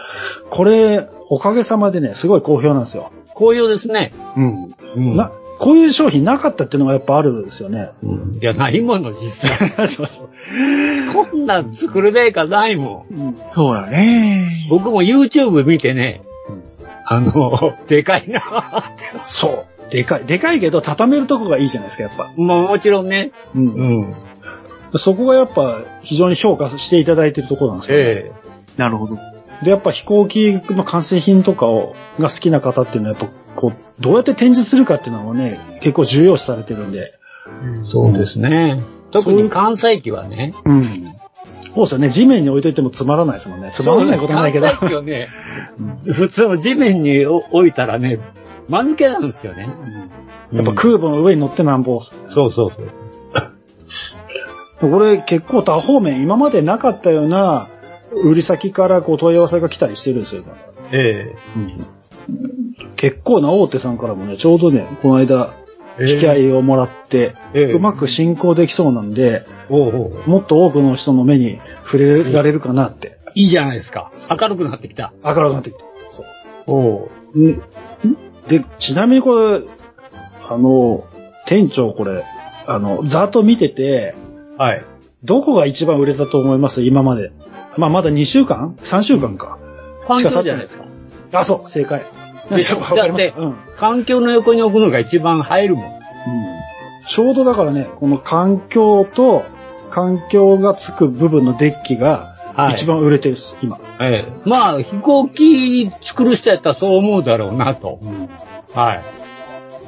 Speaker 3: これ、おかげさまでね、すごい好評なんですよ。
Speaker 9: 紅葉ですね。
Speaker 3: うん。
Speaker 9: うん。
Speaker 3: な、こういう商品なかったっていうのがやっぱあるんですよね。
Speaker 9: いや、ないもの実際。
Speaker 3: そうそう。
Speaker 9: こんなん作るメーカーないもん。
Speaker 3: うん
Speaker 8: そうだね。
Speaker 9: 僕も YouTube 見てね、あの、でかいなって。
Speaker 3: そう。でかい。でかいけど、畳めるとこがいいじゃないですか、やっぱ。
Speaker 9: まあもちろんね。
Speaker 3: うん。
Speaker 9: うん。
Speaker 3: そこがやっぱ、非常に評価していただいてるところなんですよ。
Speaker 9: ええ。
Speaker 8: なるほど。
Speaker 3: で、やっぱ飛行機の完成品とかを、が好きな方っていうのは、やっぱ、こう、どうやって展示するかっていうのもね、結構重要視されてるんで。
Speaker 9: そうですね。特に関西機はね。
Speaker 3: うん。そうですよね。地面に置いといてもつまらないですもんね。つまらないことないけど。
Speaker 9: 関西機をね、普通の地面に置いたらね、間抜けなんですよね。
Speaker 3: やっぱ空母の上に乗ってなんぼ。
Speaker 9: そうそうそう。
Speaker 3: これ結構多方面、今までなかったような売り先からこう問い合わせが来たりしてるんですよ。
Speaker 9: ええ。
Speaker 3: 結構な大手さんからもね、ちょうどね、この間、引き合いをもらって、
Speaker 9: ええ
Speaker 3: うまく進行できそうなんで、
Speaker 9: おうおう
Speaker 3: もっと多くの人の目に触れられるかなって、
Speaker 9: いいじゃないですか。明るくなってきた。
Speaker 3: 明るくなってきて。
Speaker 9: おう
Speaker 3: で、ちなみにこれ、あの、店長これ、あの、ざーっと見てて、
Speaker 9: はい。
Speaker 3: どこが一番売れたと思います今まで。まあ、まだ2週間 ?3 週間か。
Speaker 9: 環境じゃないですか。
Speaker 3: あ、そう、正解。
Speaker 9: いや
Speaker 3: わかりました
Speaker 9: だって
Speaker 3: うん。うん。
Speaker 9: 環境の横に置くのが一番入るもん。
Speaker 3: ちょうどだからね、この環境と、環境がつく部分のデッキが、
Speaker 9: はい
Speaker 3: 一番売れてるです、今。
Speaker 9: ええ。まあ、飛行機作る人やったらそう思うだろうなと。はい。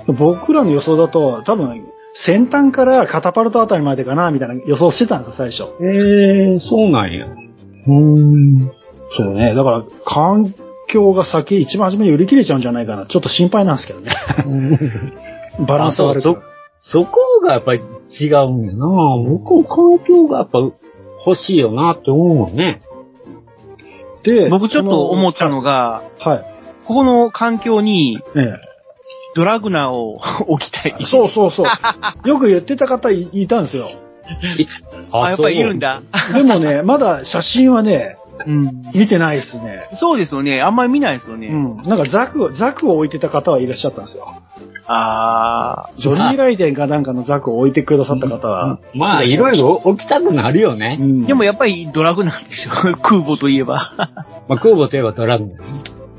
Speaker 3: 僕らの予想だと、多分、先端からカタパルトあたりまでかな、みたいな予想してたんですよ、最初。
Speaker 9: ええそうなんや。
Speaker 3: うん。そうね。だから、環境が先、一番初めに売り切れちゃうんじゃないかな。ちょっと心配なんですけど
Speaker 8: [LAUGHS]
Speaker 3: ね。バランス悪
Speaker 9: そ
Speaker 3: く。
Speaker 9: うそ、そこがやっぱり違うんやな僕も環境がやっぱ欲しいよなって思うもんね。
Speaker 3: で、
Speaker 8: 僕ちょっと思ったのが、
Speaker 3: はい。
Speaker 8: ここの環境に、
Speaker 3: え
Speaker 8: ドラグナーを [LAUGHS] 置きたい。
Speaker 3: え。そうそ
Speaker 8: [LAUGHS]
Speaker 3: うそう。よく言ってた方いいたんですよ。
Speaker 8: あやっぱりいるんだ。 [LAUGHS]
Speaker 3: でもね、まだ写真はね、見てないですね。
Speaker 8: そうですよね。あんまり見ないですよね。
Speaker 3: うん。なんかザクを、ザクを置いてた方はいらっしゃったんですよ。
Speaker 8: あ
Speaker 3: ジョニー・ライデンかなんかのザクを置いてくださった方は。
Speaker 9: まあ、いろいろ起きたくなるよね。
Speaker 8: でもやっぱりドラグナーでしょ。 [LAUGHS] 空母といえば。
Speaker 9: まあ、空母といえばドラグナー。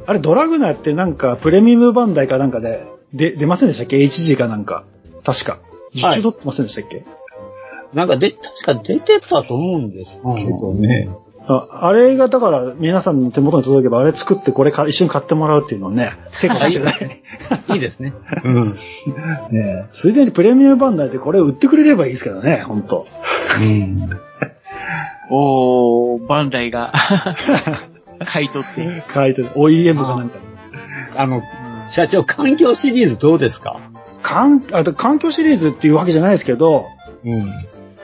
Speaker 3: あれ、ドラグナーってなんか、プレミアムバンダイかなんかで、で、出ませんでしたっけ ?HG かなんか。確か。受注取ってませんでしたっけ、
Speaker 9: なんかで、確か出てたと思うんですけどね。
Speaker 3: ああれが、だから、皆さんの手元に届けば、あれ作ってこれか一緒に買ってもらうっていうのをね、手かもしれない。ね
Speaker 9: いいですね。うん。
Speaker 3: えついでにプレミアムバンダイでこれ売ってくれればいいですけどね、本当
Speaker 9: うん。
Speaker 8: おー、バンダイが [LAUGHS] 買い取って。
Speaker 3: 書いてる。OEM かなんか。
Speaker 9: あの、社長、環境シリーズどうですか
Speaker 3: かん、あと、環境シリーズっていうわけじゃないですけど、
Speaker 9: うん。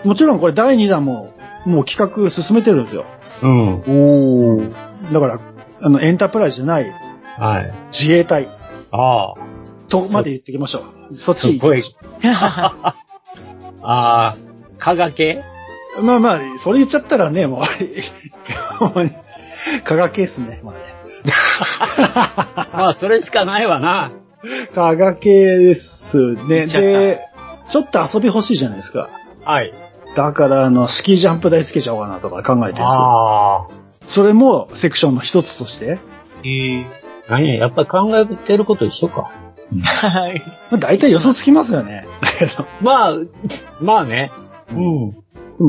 Speaker 3: もちろんこれ第2弾も、もう企画進めてるんですよ。
Speaker 9: うん。
Speaker 3: おだから、あの、エンタープライズじゃない、
Speaker 9: はい。
Speaker 3: 自衛隊。
Speaker 9: ああ。
Speaker 3: とまで言ってきましょう。そっ
Speaker 9: す
Speaker 3: ち行き
Speaker 9: ご
Speaker 3: ま
Speaker 9: い
Speaker 3: し。
Speaker 9: [LAUGHS] ああ、加賀 [LAUGHS] 系
Speaker 3: ょう。まあまあ、それ言っちゃったらね、もう、科学系っすね。まあね
Speaker 9: まあ、それしかないわな。
Speaker 3: 科学系です
Speaker 9: 言
Speaker 3: ね。
Speaker 9: っちゃった
Speaker 3: で、ちょっと遊び欲しいじゃないですか。
Speaker 9: はい。
Speaker 3: だから、あの、スキージャンプ台つけちゃおうかなとか考えてるんですよ。
Speaker 9: ああ。
Speaker 3: それもセクションの一つとして。
Speaker 8: ええ
Speaker 9: 何ややっぱり考えてること一緒か。
Speaker 8: はい。
Speaker 3: まあ、大体予想つきますよね。
Speaker 9: まあ、まあね。うん。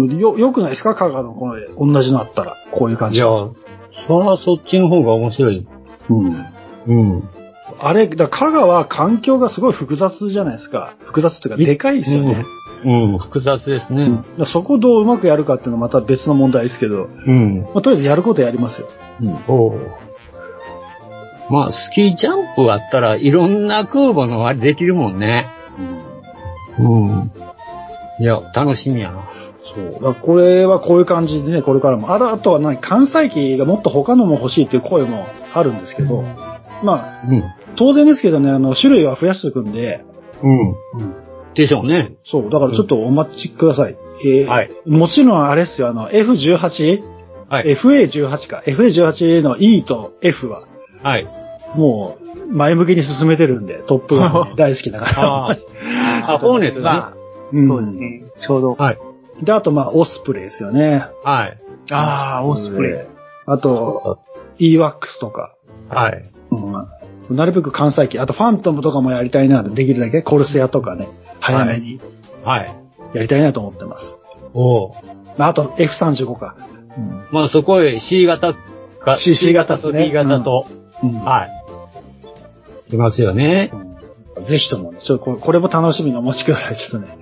Speaker 3: でもよ、よくないですか科学のこの、同じのあったら。こういう感じ。
Speaker 9: じゃあ、そらそっちの方が面白い。
Speaker 3: うん。
Speaker 9: うん。
Speaker 3: あれ、だから香川環境がすごい複雑じゃないですか。複雑というか、でかいですよね。
Speaker 9: うん、複雑ですね。
Speaker 3: だからそこをどううまくやるかっていうのはまた別の問題ですけど、
Speaker 9: うん。
Speaker 3: まあ、とりあえずやることやりますよ。
Speaker 9: おうまあ、スキージャンプあったらいろんな空母のあれできるもんね。うん。いや、楽しみやな。
Speaker 3: そう。だからこれはこういう感じでね、これからも。あとあとは何関西機がもっと他のも欲しいっていう声もあるんですけど、まあ、
Speaker 9: うん。
Speaker 3: 当然ですけどね、あの、種類は増やしておくんで、
Speaker 9: うん。でしょうね。
Speaker 3: そう、だからちょっとお待ちください。えー
Speaker 9: はい
Speaker 3: もちろんあれですよ、あの、F18、
Speaker 9: はい。
Speaker 3: FA18 か、FA18 の E と F は、
Speaker 9: はい。
Speaker 3: もう、前向きに進めてるんで、トップガン
Speaker 9: [LAUGHS]
Speaker 3: ね、大好きだから。
Speaker 9: あーあ、ホーネットね。
Speaker 8: まあ、
Speaker 3: そう
Speaker 8: ですね。ちょうど。
Speaker 9: はい。
Speaker 3: で、あと、まあ、オスプレイですよね。
Speaker 9: はい。
Speaker 8: ああ、オスプレ
Speaker 3: イ。あと、E-WAX とか、
Speaker 9: はい。
Speaker 3: うん。なるべく関西機。あと、ファントムとかもやりたいな、できるだけ。コルセアとかね、早めに
Speaker 9: はい。
Speaker 3: やりたいなと思ってます。
Speaker 9: おう
Speaker 3: まあ、あと、F35 か。
Speaker 9: まあ、そこへ C 型か、
Speaker 3: C C 型
Speaker 9: と
Speaker 3: ですね
Speaker 9: D 型と、
Speaker 3: うん
Speaker 9: はい。いますよね。
Speaker 3: ぜひともね、ちょっとこれこれも楽しみにお待ちください、ちょっとね。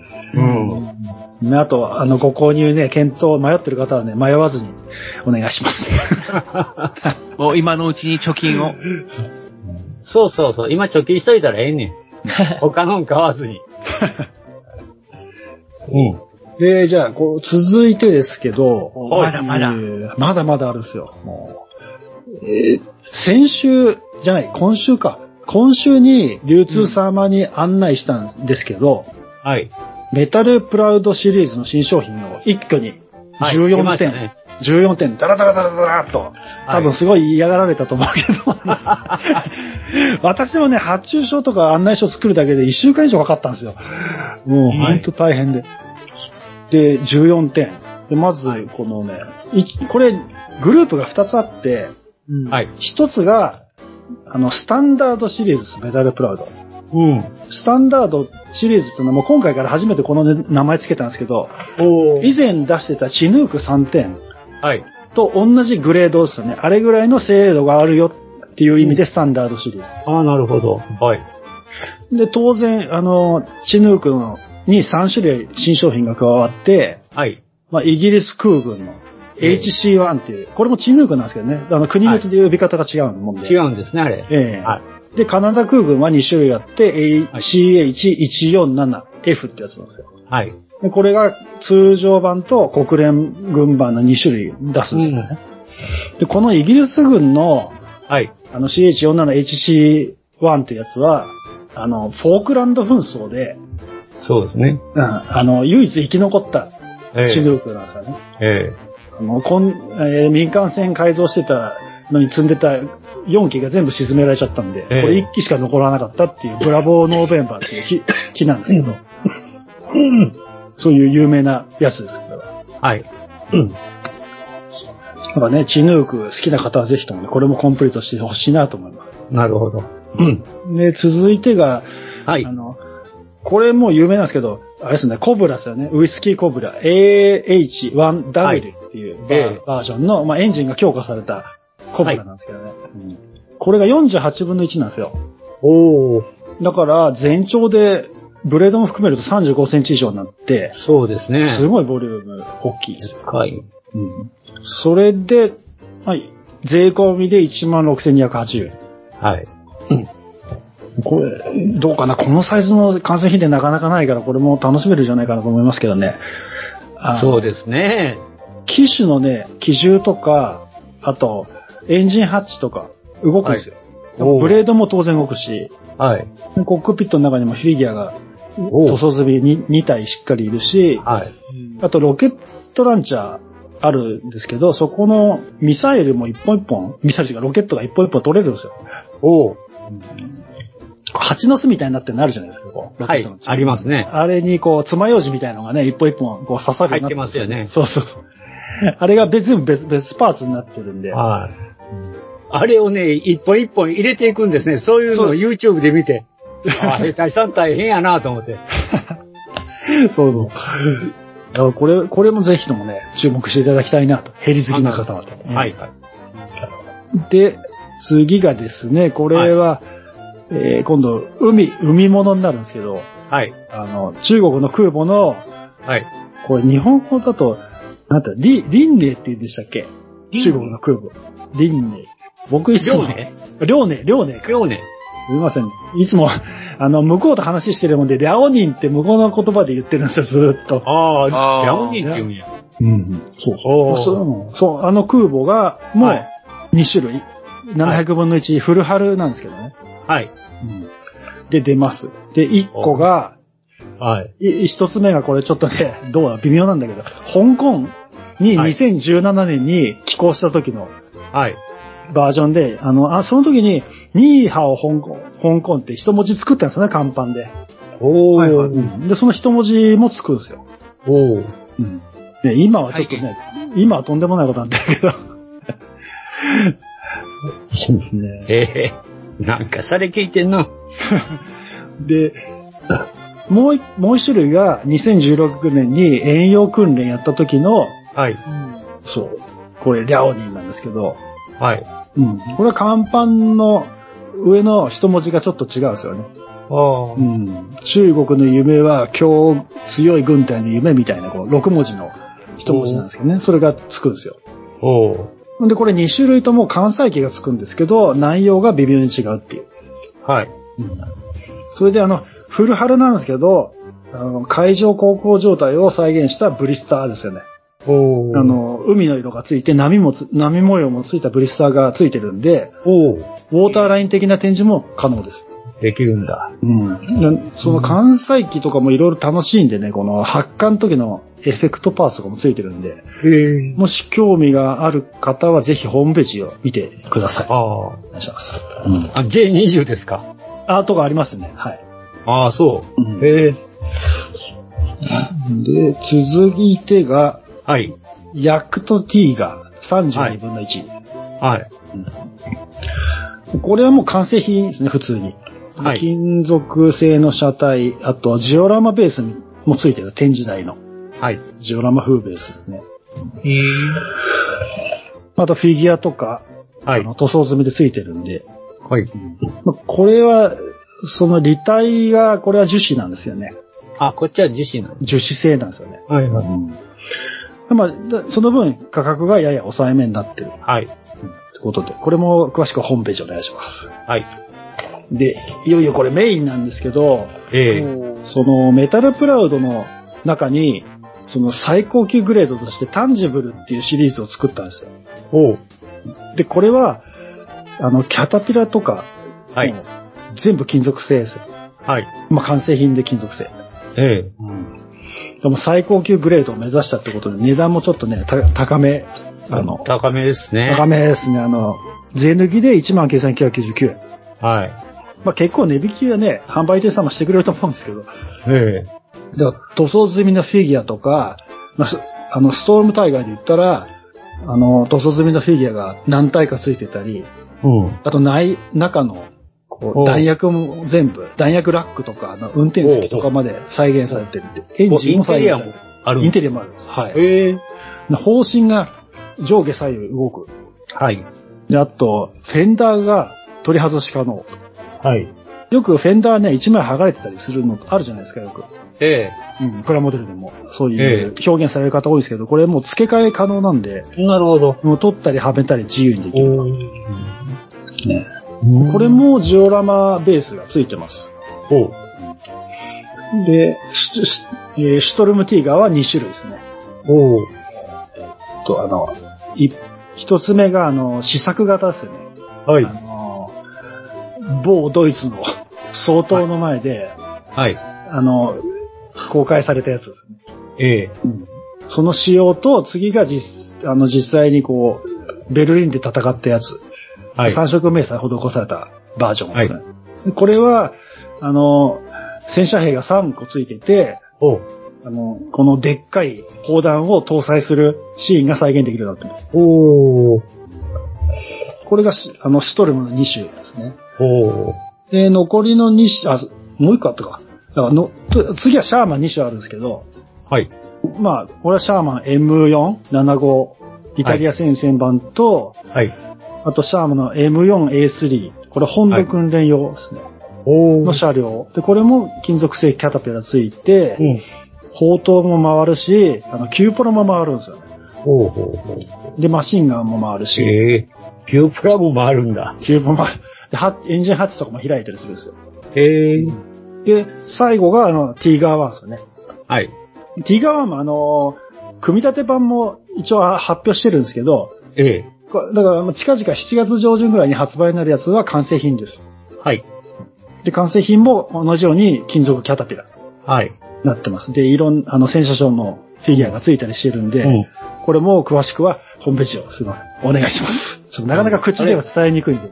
Speaker 9: うん。
Speaker 3: ねあと、あの、ご購入ね、検討迷ってる方はね、迷わずにお願い
Speaker 9: [LAUGHS]
Speaker 3: します。
Speaker 8: イ。もう今のうちに貯金を。
Speaker 9: そうそうそう。今貯金しといたらええ [LAUGHS] ねん。他のん買わずに。うん。
Speaker 3: で、じゃあ、こう、続いてですけど、
Speaker 8: まだまだ
Speaker 3: えーまだまだあるんですよ。もうえー先週、じゃない、今週か。今週に流通様に案内したんですけど、
Speaker 9: はい。
Speaker 3: メタルプラウドシリーズの新商品を一挙に
Speaker 9: はい出ました
Speaker 3: 14点、
Speaker 9: ね
Speaker 3: 14点、ダラダラダラダラっと、多分すごい嫌がられたと思うけ
Speaker 9: [LAUGHS]
Speaker 3: ど、私もね、発注書とか案内書作るだけで1週間以上かかったんですよ。もう
Speaker 9: はい
Speaker 3: 本当大変で。で、14点。でまず、このね、いこれ、グループが2つあって、
Speaker 9: はい。
Speaker 3: 1つが、あの、スタンダードシリーズです、メダルプラウド。
Speaker 9: うん。
Speaker 3: スタンダードシリーズっていうのはもう今回から初めてこのね名前つけたんですけど、
Speaker 9: おー
Speaker 3: 以前出してたチヌーク3点、
Speaker 9: はい。
Speaker 3: と同じグレードですよね。あれぐらいの精度があるよっていう意味でスタンダードシリーズ。
Speaker 9: ああ、なるほど。はい。
Speaker 3: で、当然、あの、チヌークのに3種類新商品が加わって、
Speaker 9: はい。
Speaker 3: まあ、イギリス空軍の HC1 っていう、これもチヌークなんですけどね、あの、国によって呼び方が違うもんで。
Speaker 9: 違うんですね、あれ。
Speaker 3: ええで、カナダ空軍は2種類あって、CH147F ってやつなんですよ。
Speaker 9: はい。
Speaker 3: でこれが通常版と国連軍版の2種類出すんですよね。で、このイギリス軍の、
Speaker 9: はい。
Speaker 3: あの CH47HC1 ってやつは、あの、フォークランド紛争で、
Speaker 9: そうですね。
Speaker 3: うん、あの、唯一生き残った
Speaker 9: ええ
Speaker 3: チヌークなんですよね。
Speaker 9: ええ
Speaker 3: あのこんえー民間船改造してたのに積んでた4機が全部沈められちゃったんで、
Speaker 9: ええ
Speaker 3: これ1機しか残らなかったっていう、ブラボーノーベンバーっていう機機なんですけど、そういう有名なやつですけど。
Speaker 9: はい。
Speaker 3: なんかね、チヌーク好きな方はぜひともね、これもコンプリートしてほしいなと思います。
Speaker 9: なるほど。
Speaker 3: で、続いてが、
Speaker 9: はい。
Speaker 3: あの、これもう有名なんですけど、あれですね、コブラですよね。ウイスキーコブラ。AH1W っていうバー,、
Speaker 9: ええ
Speaker 3: バージョンの、まあ、エンジンが強化されたコブラなんですけどね。うんこれが48分の1なんですよ。
Speaker 9: おお。
Speaker 3: だから、全長で、ブレードも含めると35センチ以上になって、
Speaker 9: そうですね。
Speaker 3: すごいボリューム大きいです。
Speaker 9: 深い。
Speaker 3: うんそれで、はい、税込みで16,280円。
Speaker 9: はい。
Speaker 3: これ、どうかなこのサイズの完成品でなかなかないから、これも楽しめるんじゃないかなと思いますけどね。あ
Speaker 9: そうですね。
Speaker 3: 機種のね、機銃とか、あと、エンジンハッチとか、動くんですよ。
Speaker 9: おう
Speaker 3: ブレードも当然動くし、
Speaker 9: はい。
Speaker 3: コックピットの中にもフィギュアが、塗装済みに 2, 体しっかりいるし、
Speaker 9: はい。
Speaker 3: あとロケットランチャーあるんですけど、そこのミサイルも一本一本、ミサイルというかロケットが一本一本取れるんですよ。
Speaker 9: おう。
Speaker 3: 蜂の巣みたいになってるのあるじゃないですか、こう。
Speaker 9: はい。ありますね。
Speaker 3: あれにこう、爪楊枝みたいなのがね、一本一本こう刺さるようにな
Speaker 9: 入ってますよね
Speaker 3: そうそうそう。あれが別、全部別、別パーツになってるんで。
Speaker 9: はい。あれをね、一本一本入れていくんですね。そういうのを YouTube で見て。 [LAUGHS] あ、兵隊さん大変やなと思って。
Speaker 3: そうそう。だからこれ、これもぜひともね、注目していただきたいなと。減りすぎな方はと。
Speaker 9: はい。
Speaker 3: で、次がですね、これは、えー今度、海、海物になるんですけど、
Speaker 9: はい。
Speaker 3: あの、中国の空母の、
Speaker 9: はい。
Speaker 3: これ日本語だと、なんだ、リ、リンネイって言うんでしたっけ中国の空母。リンネイ。僕いつも、
Speaker 9: 遼寧
Speaker 3: 遼寧、遼寧か。
Speaker 9: 今日ね、
Speaker 3: すみません。いつも、 [LAUGHS] あの、向こうと話してるもんで、リャオニンって向こうの言葉で言ってるんですよ、ずーっと。
Speaker 9: あ
Speaker 8: あ
Speaker 9: あ、
Speaker 8: ー
Speaker 9: ヤオニーって言うんや。
Speaker 3: うん、そう
Speaker 9: おー
Speaker 3: そう。そう、あの空母が、も、
Speaker 9: はいう
Speaker 3: 2種類。700分の1、フルハルなんですけどね。
Speaker 9: はい。
Speaker 3: で、出ます。で、1個が、
Speaker 9: はい。
Speaker 3: い一つ目がこれちょっとね、 [LAUGHS] どうだ、微妙なんだけど、香港に
Speaker 9: はい
Speaker 3: 2017年に寄港した時の
Speaker 9: はい。
Speaker 3: バージョンで、あの、あその時に、ニーハオ香港、香港って一文字作ったんですよね、看板で。
Speaker 9: お
Speaker 3: はい
Speaker 9: ー
Speaker 3: はいうんで、その一文字も作るんですよ。
Speaker 9: おー
Speaker 3: ね、今はちょっとね、今はとんでもないことなんだけど。そうですね。
Speaker 9: ええなんか、シャレ聞いてんな。
Speaker 3: で、もうい、もう一種類が2016年に遠洋訓練やった時の、
Speaker 9: はい。
Speaker 3: そう、これ、リャオニンなんですけど、
Speaker 9: はい。
Speaker 3: うん。これは甲板の上の一文字がちょっと違うんですよね。
Speaker 9: あ
Speaker 3: うん。中国の夢は強、強い軍隊の夢みたいな、こう、6文字の一文字なんですけどね。それがつくんですよ。
Speaker 9: あ。おー
Speaker 3: で、これ2種類とも関西機がつくんですけど、内容が微妙に違うっていう。
Speaker 9: はい。
Speaker 3: それであの、フルハルなんですけど、あの海上航行状態を再現したブリスターですよね。
Speaker 9: おー
Speaker 3: あ、の、海の色がついて、波もつ、波模様もついたブリスターがついてるんで、
Speaker 9: おー
Speaker 3: ウォーターライン的な展示も可能です。
Speaker 9: できるんだ。
Speaker 3: うん。その関西機とかもいろいろ楽しいんでね、この発火の時のエフェクトパーツとかもついてるん
Speaker 9: へ
Speaker 3: で、
Speaker 9: え。
Speaker 3: もし興味がある方はぜひホームページを見てください。お
Speaker 9: ああ。
Speaker 3: 願いします。
Speaker 9: あ、J20 ですか
Speaker 3: アートがありますね。はい。
Speaker 9: ああ、そう。
Speaker 3: うん
Speaker 9: へえ。
Speaker 3: で、続いてが、
Speaker 9: はい。
Speaker 3: ヤクト T が32分の1です。
Speaker 9: はい。
Speaker 3: これはもう完成品ですね、普通に。
Speaker 9: はい
Speaker 3: 金属製の車体、あとはジオラマベースもついてる、展示台の。
Speaker 9: はい。
Speaker 3: ジオラマ風ベースですね。あとフィギュアとか、
Speaker 9: はい
Speaker 3: あの塗装済みで付いてるんで、
Speaker 9: はい。
Speaker 3: まあこれは、その立体が、これは樹脂なんですよね。
Speaker 9: あ、こっちは樹脂なの
Speaker 3: 樹脂製なんですよね。
Speaker 9: はいはい。
Speaker 3: まあ、だその分価格がやや抑えめになってる。
Speaker 9: はい。
Speaker 3: ということで、これも詳しくホームページお願いします。
Speaker 9: はい。
Speaker 3: で、いよいよこれメインなんですけど、
Speaker 9: ええ
Speaker 3: そのメタルプラウドの中に、その最高級グレードとしてタンジブルっていうシリーズを作ったんですよ。で、これは、あの、キャタピラとか、
Speaker 9: はい。
Speaker 3: 全部金属製ですよ。
Speaker 9: はい。
Speaker 3: まあ、完成品で金属製。
Speaker 9: え
Speaker 3: でも最高級グレードを目指したってことで、値段もちょっとね、た高め、
Speaker 9: え。あの、高めですね。
Speaker 3: 高めですね。あの、税抜きで19,999円。
Speaker 9: はい。
Speaker 3: まあ、結構値引きはね、販売店さんもしてくれると思うんですけど、
Speaker 9: え
Speaker 3: では塗装済みのフィギュアとか、まあす、あの、ストームタイガーで言ったら、あの、塗装済みのフィギュアが何体かついてたり、
Speaker 9: うん。
Speaker 3: あと内、中の、こ
Speaker 9: おう
Speaker 3: う、弾薬も全部、弾薬ラックとか、あの運転席とかまで再現されてるんで、エンジンも再現されてる。
Speaker 9: ある
Speaker 3: インテリアもあるんです。はい。
Speaker 9: ええ。
Speaker 3: 方針が上下左右動く。
Speaker 9: はい。
Speaker 3: で、あと、フェンダーが取り外し可能。
Speaker 9: はい。
Speaker 3: よくフェンダーね、1枚剥がれてたりするのあるじゃないですか、よく。
Speaker 9: え
Speaker 3: うん、プラモデルでも、そういう表現される方多いですけど、これもう付け替え可能なんで、
Speaker 9: え。なるほど。
Speaker 3: もう取ったりはめたり自由にできる。ね
Speaker 9: うん
Speaker 3: これもジオラマベースが付いてます。
Speaker 9: お
Speaker 3: で、シュシュえーシュトルムティーガーは2種類ですね。
Speaker 9: お
Speaker 3: と、あの、い一つ目が、あの、試作型ですよね。
Speaker 9: はい。
Speaker 3: 某ドイツの総統の前で、
Speaker 9: はい。
Speaker 3: あの、公開されたやつですね。
Speaker 9: ええ。
Speaker 3: その仕様と、次が実、あの、実際にこう、ベルリンで戦ったやつ。
Speaker 9: はい
Speaker 3: 三色迷彩施されたバージョンですね。これは、あの、戦車兵が3個ついてて、あの、このでっかい砲弾を搭載するシーンが再現できるようになってます。
Speaker 9: おー。
Speaker 3: これがし、あの、シュトルムの2種ですね。
Speaker 9: おー。
Speaker 3: で、残りの2種、あ、もう1個あったか。だからのと次はシャーマン2種あるんですけど、
Speaker 9: はい。
Speaker 3: まあ、これはシャーマン M475、イタリア戦線版と、
Speaker 9: はい。
Speaker 3: あとシャーマンの M4A3、これ本土訓練用ですね。
Speaker 9: お
Speaker 3: の車両。で、これも金属製キャタピラついて、砲塔も回るし、あの、キューポロも回るんですよね。
Speaker 9: おー。
Speaker 3: で、マシンガンも回るし、
Speaker 9: ええ。ピュープラも回るんだ。
Speaker 3: キューポロも回る。で、ハッエンジンハッチとかも開いたりするんですよ。
Speaker 9: ええ。
Speaker 3: で、最後が、あの、ティーガー1ですよね。
Speaker 9: はい。
Speaker 3: ティーガー1も、あのー組み立て版も一応発表してるんですけど、
Speaker 9: ええ。
Speaker 3: これだから、近々7月上旬ぐらいに発売になるやつは完成品です。
Speaker 9: はい。
Speaker 3: で、完成品も同じように金属キャタピラに
Speaker 9: はい。
Speaker 3: なってます。で、いろん、あの、戦車賞のフィギュアがついたりしてるんで、
Speaker 9: うん
Speaker 3: これも詳しくはホームページをすいません。お願いします。ちょっとなかなか口では伝えにくいんで。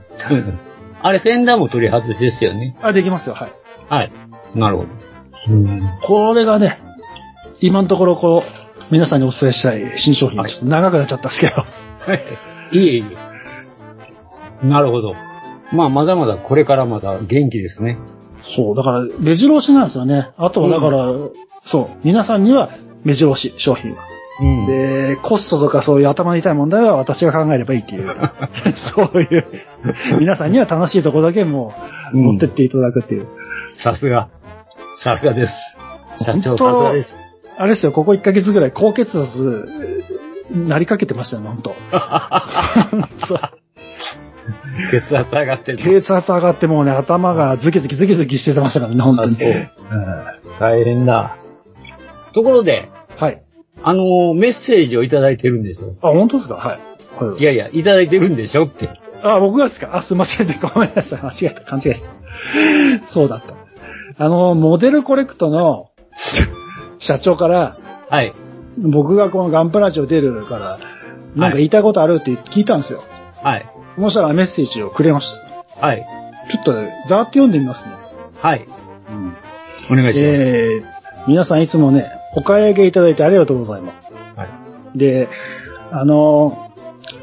Speaker 9: [LAUGHS] あれ、フェンダーも取り外しですよね。
Speaker 3: あ、できますよ、はい。
Speaker 9: はい。なるほど。
Speaker 3: これがね、今のところこう、皆さんにお伝えしたい新商品、ちょっと長くなっちゃったんですけど。
Speaker 9: [LAUGHS] いえいえ。なるほど。まあ、まだまだ、これからまだ元気ですね。
Speaker 3: そう、だから、目白押しなんですよね。あとはだから、そう、皆さんには目白押し、商品は。
Speaker 9: うん。
Speaker 3: で、コストとかそういう頭の痛い問題は私が考えればいいって [LAUGHS] いう、そういう、皆さんには楽しいとこだけもう持ってっていただくっていう。
Speaker 9: さすが。さすがです。社長、
Speaker 3: 本
Speaker 9: さ
Speaker 3: 当
Speaker 9: すがです。
Speaker 3: あれですよ、ここ1ヶ月ぐらい高血圧、なりかけてましたよね、本当そう
Speaker 9: 血圧上がってる。
Speaker 3: 血圧上がってもうね、頭がズキズキズキズキしてましたからね、本当に。
Speaker 9: うん大変だ。ところで、
Speaker 3: はい。
Speaker 9: あのー、メッセージをいただいてるんですよ。
Speaker 3: あ、本当ですかはい。
Speaker 9: いやいや、いただいてるんでしょって。
Speaker 3: あ、僕がですかあ、すいませんね。 [LAUGHS] ごめんなさい。間違えた。勘違いした。 [LAUGHS] そうだった。あの、モデルコレクトの [LAUGHS] 社長から、
Speaker 9: はい。
Speaker 3: 僕がこのガンプラジオ出るから、なんか言いたいことあるって聞いたんですよ。
Speaker 9: はい。
Speaker 3: もしたらメッセージをくれました。
Speaker 9: はい。
Speaker 3: ちょっと、ざーっと読んでみますね。
Speaker 9: はい。お願いします。
Speaker 3: えー、皆さんいつもね、お買い上げいただいてありがとうございます。
Speaker 9: はい。
Speaker 3: で、あのー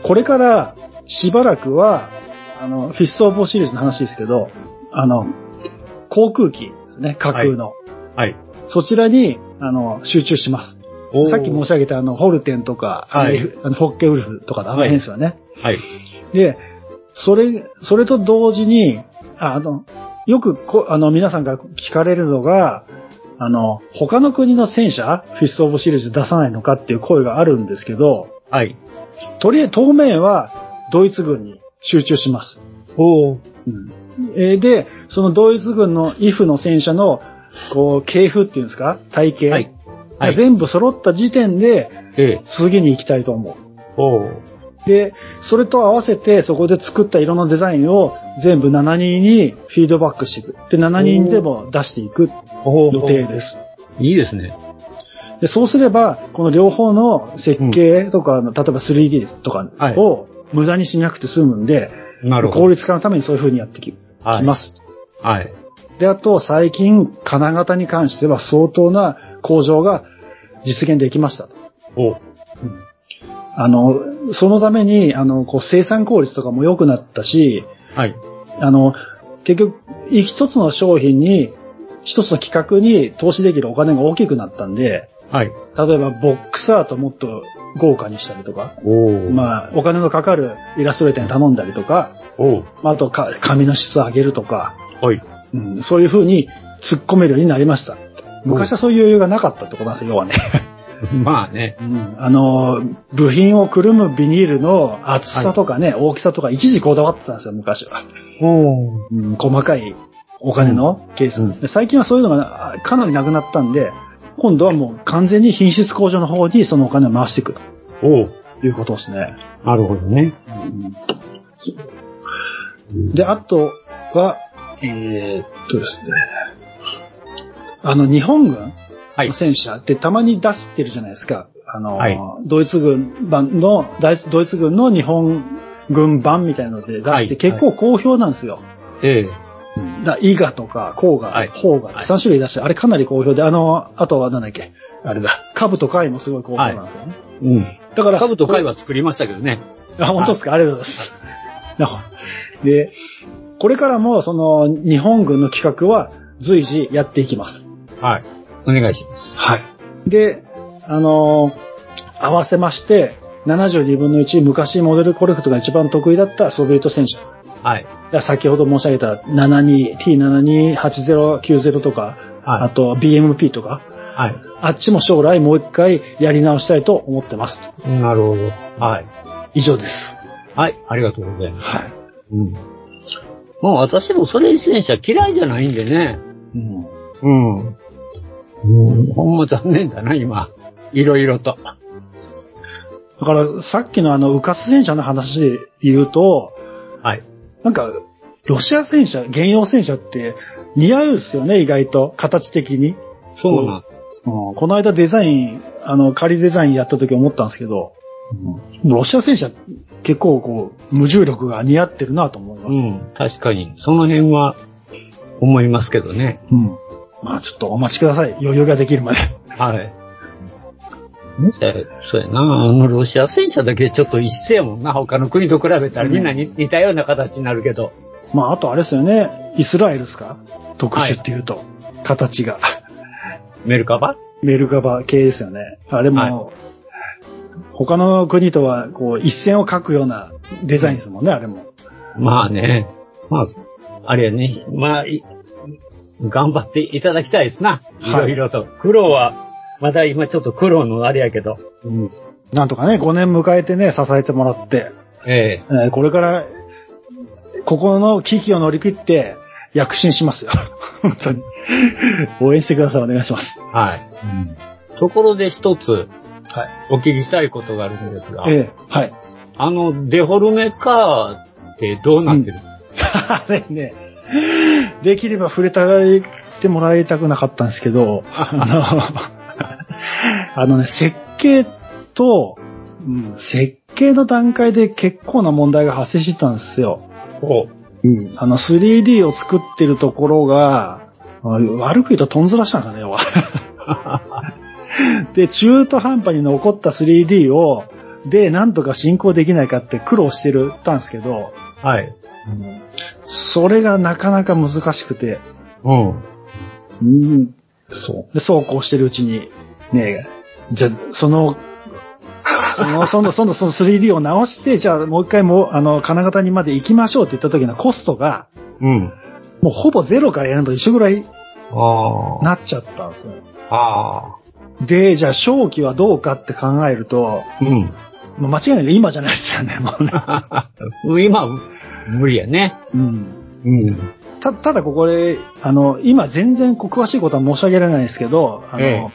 Speaker 3: これからしばらくは、あの、フィストオブシリーズの話ですけど、あの、航空機ですね、架空の。
Speaker 9: はい。
Speaker 3: そちらに、あの、集中します。さっき申し上げたあの、ホルテンとか、
Speaker 9: はい
Speaker 3: あのあのフォッケウルフとかのあの辺ですよね。
Speaker 9: はい。
Speaker 3: で、それ、それと同時に、ああの、よくこ、あの、皆さんから聞かれるのが、あの、他の国の戦車、フィストオブシリーズ出さないのかっていう声があるんですけど、
Speaker 9: はい。
Speaker 3: とりあえず当面は、ドイツ軍に集中します。
Speaker 9: お
Speaker 3: えーで、そのドイツ軍のイフの戦車の、こう、系譜っていうんですか体系。
Speaker 9: はいはい
Speaker 3: 全部揃った時点で、
Speaker 9: ええ。
Speaker 3: 次に行きたいと思
Speaker 9: おう
Speaker 3: う。で、それと合わせて、そこで作った色のデザインを全部72にフィードバックしていく。で、72でも出していく予定です。
Speaker 9: いいですね。
Speaker 3: で、そうすれば、この両方の設計とか、あの例えば 3D とかを無駄にしなくて済むんで、
Speaker 9: なるほど
Speaker 3: 効率化のためにそういう風にやってき,、
Speaker 9: はい
Speaker 3: ます。
Speaker 9: はい。
Speaker 3: で、あと、最近、金型に関しては相当な向上が実現できましたと。
Speaker 9: お
Speaker 3: あの、そのために、あの、こう、生産効率とかも良くなったし、
Speaker 9: はい。
Speaker 3: あの、結局、一つの商品に、一つの企画に投資できるお金が大きくなったんで、
Speaker 9: はい。
Speaker 3: 例えばボックスアートもっと豪華にしたりとか、
Speaker 9: お
Speaker 3: まあ、お金のかかるイラストレーターに頼んだりとか、
Speaker 9: お
Speaker 3: まあ、あとか、紙の質を上げるとか、
Speaker 9: はい。
Speaker 3: うん、そういうふうに突っ込めるようになりました。昔はそういう余裕がなかったってことなんですよ、要はね。
Speaker 9: [LAUGHS] まあね。
Speaker 3: あの、部品をくるむビニールの厚さとかね、大きさとか一時こだわってたんですよ、昔は。うん細かいお金のケース、で最近はそういうのがあかなりなくなったんで、今度はもう完全に品質向上の方にそのお金を回していくと
Speaker 9: おう
Speaker 3: いうことですね。
Speaker 9: なるほどね。
Speaker 3: で、あとは、えーっとですね。あの、日本軍の戦車ってたまに出してるじゃないですか。あの、
Speaker 9: はい
Speaker 3: ドイツ軍版の、ダイツドイツ軍の日本軍版みたいので出して、
Speaker 9: はい
Speaker 3: 結構好評なんですよ。
Speaker 9: ええ。
Speaker 3: だ伊賀とか、甲賀、甲賀、3種類出して、あれかなり好評で、あの、あとはなんだっけ、あれだ、株と貝もすごい好評なんですよね。
Speaker 9: うん。
Speaker 3: だから、
Speaker 9: 株と貝は作りましたけどね。
Speaker 3: あ、本当ですか、ありがとうございます。 [LAUGHS] で、これからも、その、日本軍の企画は随時やっていきます。
Speaker 9: はい。お願いします。
Speaker 3: はい。で、あのー合わせまして、72分の1、昔モデルコレクトが一番得意だったソビエト戦車。
Speaker 9: はい。
Speaker 3: だ先ほど申し上げた72、T72、80、90とか、あと BMP とか、
Speaker 9: はい。
Speaker 3: あっちも将来もう一回やり直したいと思ってます。
Speaker 9: なるほど。はい。
Speaker 3: 以上です。
Speaker 9: はい。ありがとうございます。
Speaker 3: はい。
Speaker 9: うん。まあ私もソ連戦車嫌いじゃないんでね。うん。うん。ほんま残念だな、今。いろいろと。
Speaker 3: だから、さっきのあの、うかす戦車の話で言うと、
Speaker 9: はい。
Speaker 3: なんか、ロシア戦車、原用戦車って似合うっすよね、意外と。形的に。
Speaker 9: そうなん
Speaker 3: うんこの間デザイン、あの、仮デザインやった時思ったんですけど、ロシア戦車結構こう、無重力が似合ってるなと思います。
Speaker 9: うん。確かに。その辺は、思いますけどね。
Speaker 3: うん。まあちょっとお待ちください。余裕ができるまで。 [LAUGHS]
Speaker 9: はい。えそうやな。あの、ロシア戦車だけちょっと一斉やもんな。他の国と比べたらみんなに似たような形になるけど。
Speaker 3: まああとあれですよね、イスラエルですか特殊っていうと、形が。
Speaker 9: メルカバ
Speaker 3: メルカバ系ですよね。あれも、他の国とは、こう、一線を画くようなデザインですもんね、あれも。
Speaker 9: まあね。まあ、あれやね。まあ、い頑張っていただきたいですな。いろいろと。苦労は、まだ今ちょっと苦労のあれやけど。
Speaker 3: うん。なんとかね、5年迎えてね、支えてもらって、
Speaker 9: ええ
Speaker 3: えーこれから、ここの危機を乗り切って、躍進しますよ。 [LAUGHS] 本当に。応援してください、お願いします。
Speaker 9: はい。ところで一つ、お聞きしたいことがあるんですが、
Speaker 3: ええ、はい。
Speaker 9: あの、デフォルメカーってどうなってる、
Speaker 3: あれね、できれば触れたがってもらいたくなかったんですけど、あ [LAUGHS] の、あのね、設計と、うん設計の段階で結構な問題が発生してたんですよ。うんあの、3D を作ってるところが、あ悪く言うとトンズラしたんですよね、 [LAUGHS] 要は。で、中途半端に残った 3D を、で、なんとか進行できないかって苦労してるたんですけど、
Speaker 9: はい。
Speaker 3: それがなかなか難しくて。
Speaker 9: うん。
Speaker 3: うん。そう。で、そうこうしてるうちに、ね、じゃあ、その、その、その、その、その 3D を直して、じゃあもう一回もう、あの、金型にまで行きましょうって言った時のコストが、
Speaker 9: うん。
Speaker 3: もうほぼゼロからやるのと一緒ぐらい
Speaker 9: あ
Speaker 3: なっちゃったんですよ。
Speaker 9: あ。ああ。
Speaker 3: で、じゃあ正気はどうかって考えると、
Speaker 9: うん。
Speaker 3: もう間違いなく今じゃないですよね、もうね。
Speaker 9: 今、無理やね。
Speaker 3: うん。
Speaker 9: うん。
Speaker 3: た、ただここで、あの、今全然こう詳しいことは申し上げられないですけど、あの、
Speaker 9: ええ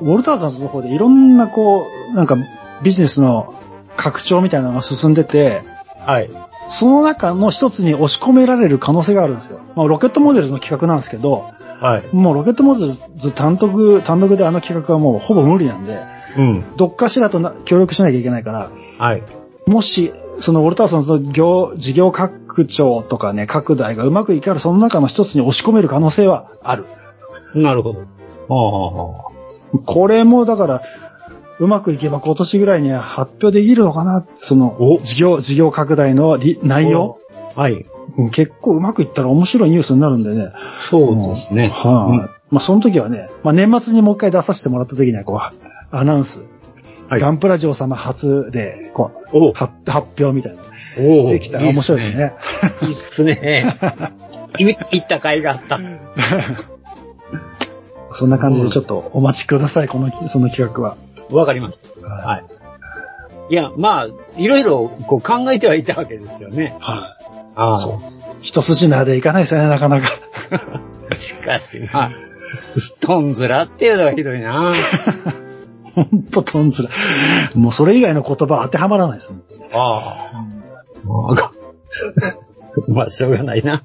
Speaker 3: ウォルターさんの方でいろんなこう、なんかビジネスの拡張みたいなのが進んでて、
Speaker 9: はい。
Speaker 3: その中の一つに押し込められる可能性があるんですよ。まあ、ロケットモデルズの企画なんですけど、
Speaker 9: はい。
Speaker 3: もうロケットモデルズ単独、単独であの企画はもうほぼ無理なんで、
Speaker 9: うん。
Speaker 3: どっかしらとな協力しなきゃいけないから、
Speaker 9: はい。
Speaker 3: もし、そのウォルターソンの業、事業拡張とかね、拡大がうまくいかる、その中の一つに押し込める可能性はある。
Speaker 9: なるほど。は
Speaker 3: これもだから、うまくいけば今年ぐらいには発表できるのかなその、事業、事業拡大のり内容
Speaker 9: あはあ。はい。
Speaker 3: うん結構うまくいったら面白いニュースになるんでね。
Speaker 9: そうですね。
Speaker 3: はい、まあ、その時はね、まあ、年末にもう一回出させてもらった時には、こう、アナウンス。ガンプラ嬢様初で、こ
Speaker 9: う、
Speaker 3: 発発表みたいな。
Speaker 9: お
Speaker 3: できたら面白いです [LAUGHS] ね。
Speaker 9: いいっすね。 [LAUGHS] い行った甲斐があった。
Speaker 3: そんな感じでちょっとお待ちください、この、その企画は。
Speaker 9: わかりました。はい。いや、まあ、いろいろこう考えてはいたわけですよね。
Speaker 3: はい。
Speaker 9: ああ。
Speaker 3: 一筋縄でいかないですよね、なかなか。 [LAUGHS]
Speaker 9: しかし、まあ、ストンズラっていうのがひどいな。
Speaker 3: ほんと、トンズラ。もうそれ以外の言葉当てはまらないですね。
Speaker 9: ああ。まあ、まあ、しょうがないな。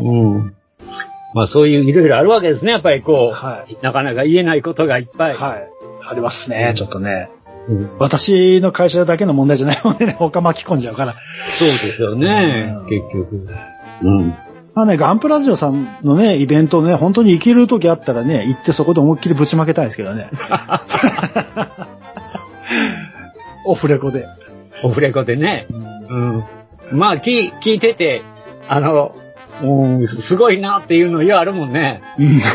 Speaker 9: うん。まあ、そういういろいろあるわけですね。やっぱりこう、なかなか言えないことがいっぱい。
Speaker 3: はい。ありますね、ちょっとね。私の会社だけの問題じゃない [LAUGHS] もんでね、他巻き込んじゃうから。
Speaker 9: そうですよね。結局。うん。
Speaker 3: まあね、ガンプラジオさんのね、イベントね、本当に行ける時あったらね、行ってそこで思いっきりぶちまけたいですけ [LAUGHS] どね。オフレコで。
Speaker 9: オフレコでね。うん。まあ、聞い聞いてて、あの、うん、すごいなっていうのよあるもんね。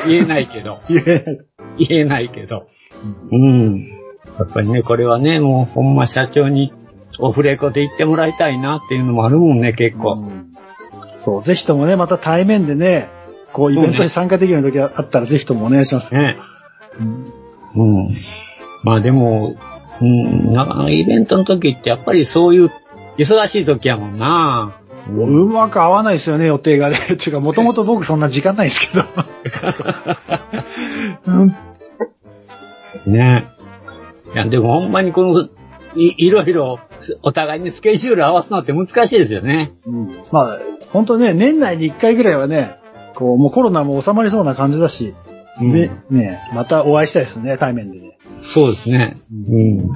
Speaker 9: 言えないけど。
Speaker 3: 言えない。
Speaker 9: 言えないけど。うん。やっぱりね、これはね、もうほんま社長にオフレコで言ってもらいたいなっていうのもあるもんね、結構。
Speaker 3: そう、ぜひともね、また対面でね、こうイベントに参加できる時があったらぜひともお願いします。
Speaker 9: ね。うん。まあでも、うん、なかなかイベントの時ってやっぱりそういう忙しい時やもんな。
Speaker 3: うまく合わないですよね、予定がね。 [LAUGHS] っていうか、もともと僕そんな時間ないですけど。うん
Speaker 9: ねいや、でもほんまにこの、い、いろいろ、お互いにスケジュール合わすのって難しいですよね。
Speaker 3: [LAUGHS] まあ、本当ね、年内に一回ぐらいはね、こう、もうコロナも収まりそうな感じだし、ね、ね、またお会いしたいですね、対面でね。
Speaker 9: そうですね。うん。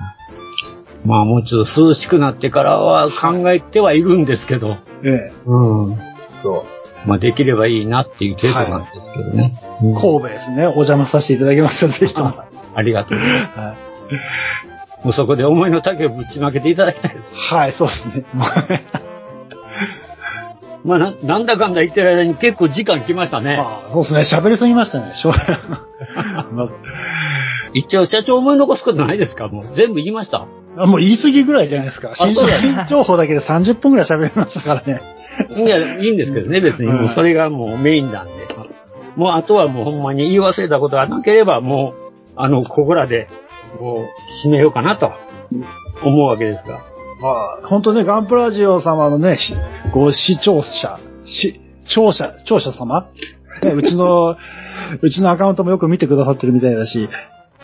Speaker 9: まあもうちょっと涼しくなってからは考えてはいるんですけど。
Speaker 3: ええ。
Speaker 9: うん。
Speaker 3: そ
Speaker 9: まあできればいいなっていう程度なんですけどね。
Speaker 3: う。神戸ですね、お邪魔させていただきますよ、ぜひとも。
Speaker 9: ありがとうございます。もうそこで思いの丈をぶちまけていただきたいです。
Speaker 3: はい、そうですね。
Speaker 9: まあな、なんだかんだ言ってる間に結構時間来ました
Speaker 3: [LAUGHS]
Speaker 9: ね。
Speaker 3: そうですね、喋りすぎましたね、しょう
Speaker 9: [LAUGHS]
Speaker 3: ま
Speaker 9: 一応社長思い残すことないですかもう全部言いました。
Speaker 3: あもう言い過ぎぐらいじゃないですか。新
Speaker 9: そうだね
Speaker 3: 商品情報だけで30分ぐらい喋りましたか
Speaker 9: [LAUGHS]
Speaker 3: らね。
Speaker 9: いや、いいんですけどね、別に。もうそれがもうメインなんで。もうあとはもうほんまに言い忘れたことがなければ、もう、あの、ここらで、もう、締めようかなと、思うわけですが。
Speaker 3: まあ、本当ね、ガンプラジオ様のね、しご視聴者、し、聴者、聴者様、ね、うちの、 [LAUGHS] うちのアカウントもよく見てくださってるみたいだし、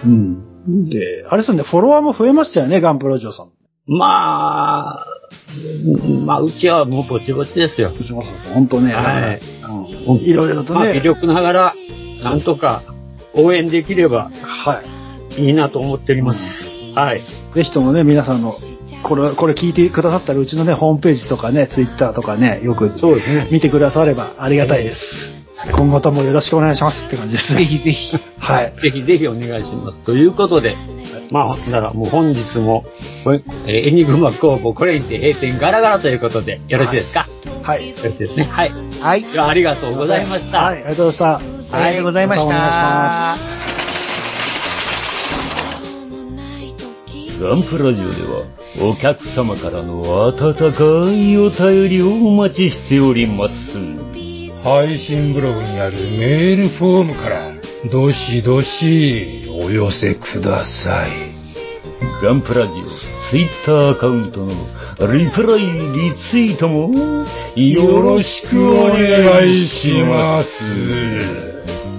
Speaker 3: うん。で、あれですよね、フォロワーも増えましたよね、ガンプラジオさん。
Speaker 9: まあ、うんまあ、うちはもうぼちぼちですよ。
Speaker 3: 本当ね。
Speaker 9: はい。
Speaker 3: うんいろいろとね
Speaker 9: まあ、魅力ながら、なんとか応援できれば、はい。いいなと思っております。はい。
Speaker 3: ぜひともね、皆さんの、これ、これ聞いてくださったら、うちのね、ホームページとかね、ツイッターとかね、よく、
Speaker 9: そうですね。
Speaker 3: 見てくださればありがたいです。今後ともよろしくお願いしますって感じです。
Speaker 9: ぜひぜひ。
Speaker 3: はい。
Speaker 9: ぜひぜひお願いします。ということで、まあ、ほんならもう本日も、これえーエニグマ工房これにて閉店ガラガラということで、よろしいですか
Speaker 3: はい。
Speaker 9: よろしいですね。はい。はい。ではありがとうございました。
Speaker 3: はい、ありがとうございました。
Speaker 9: ありがとうございました
Speaker 3: たお願いします。
Speaker 7: ガンプラジオでは、お客様からの温かいお便りをお待ちしております。
Speaker 11: 配信ブログにあるメールフォームから、どしどしお寄せください。
Speaker 7: ガンプラジオ、ツイッターアカウントのリプライ、リツイートも、よろしくお願いします。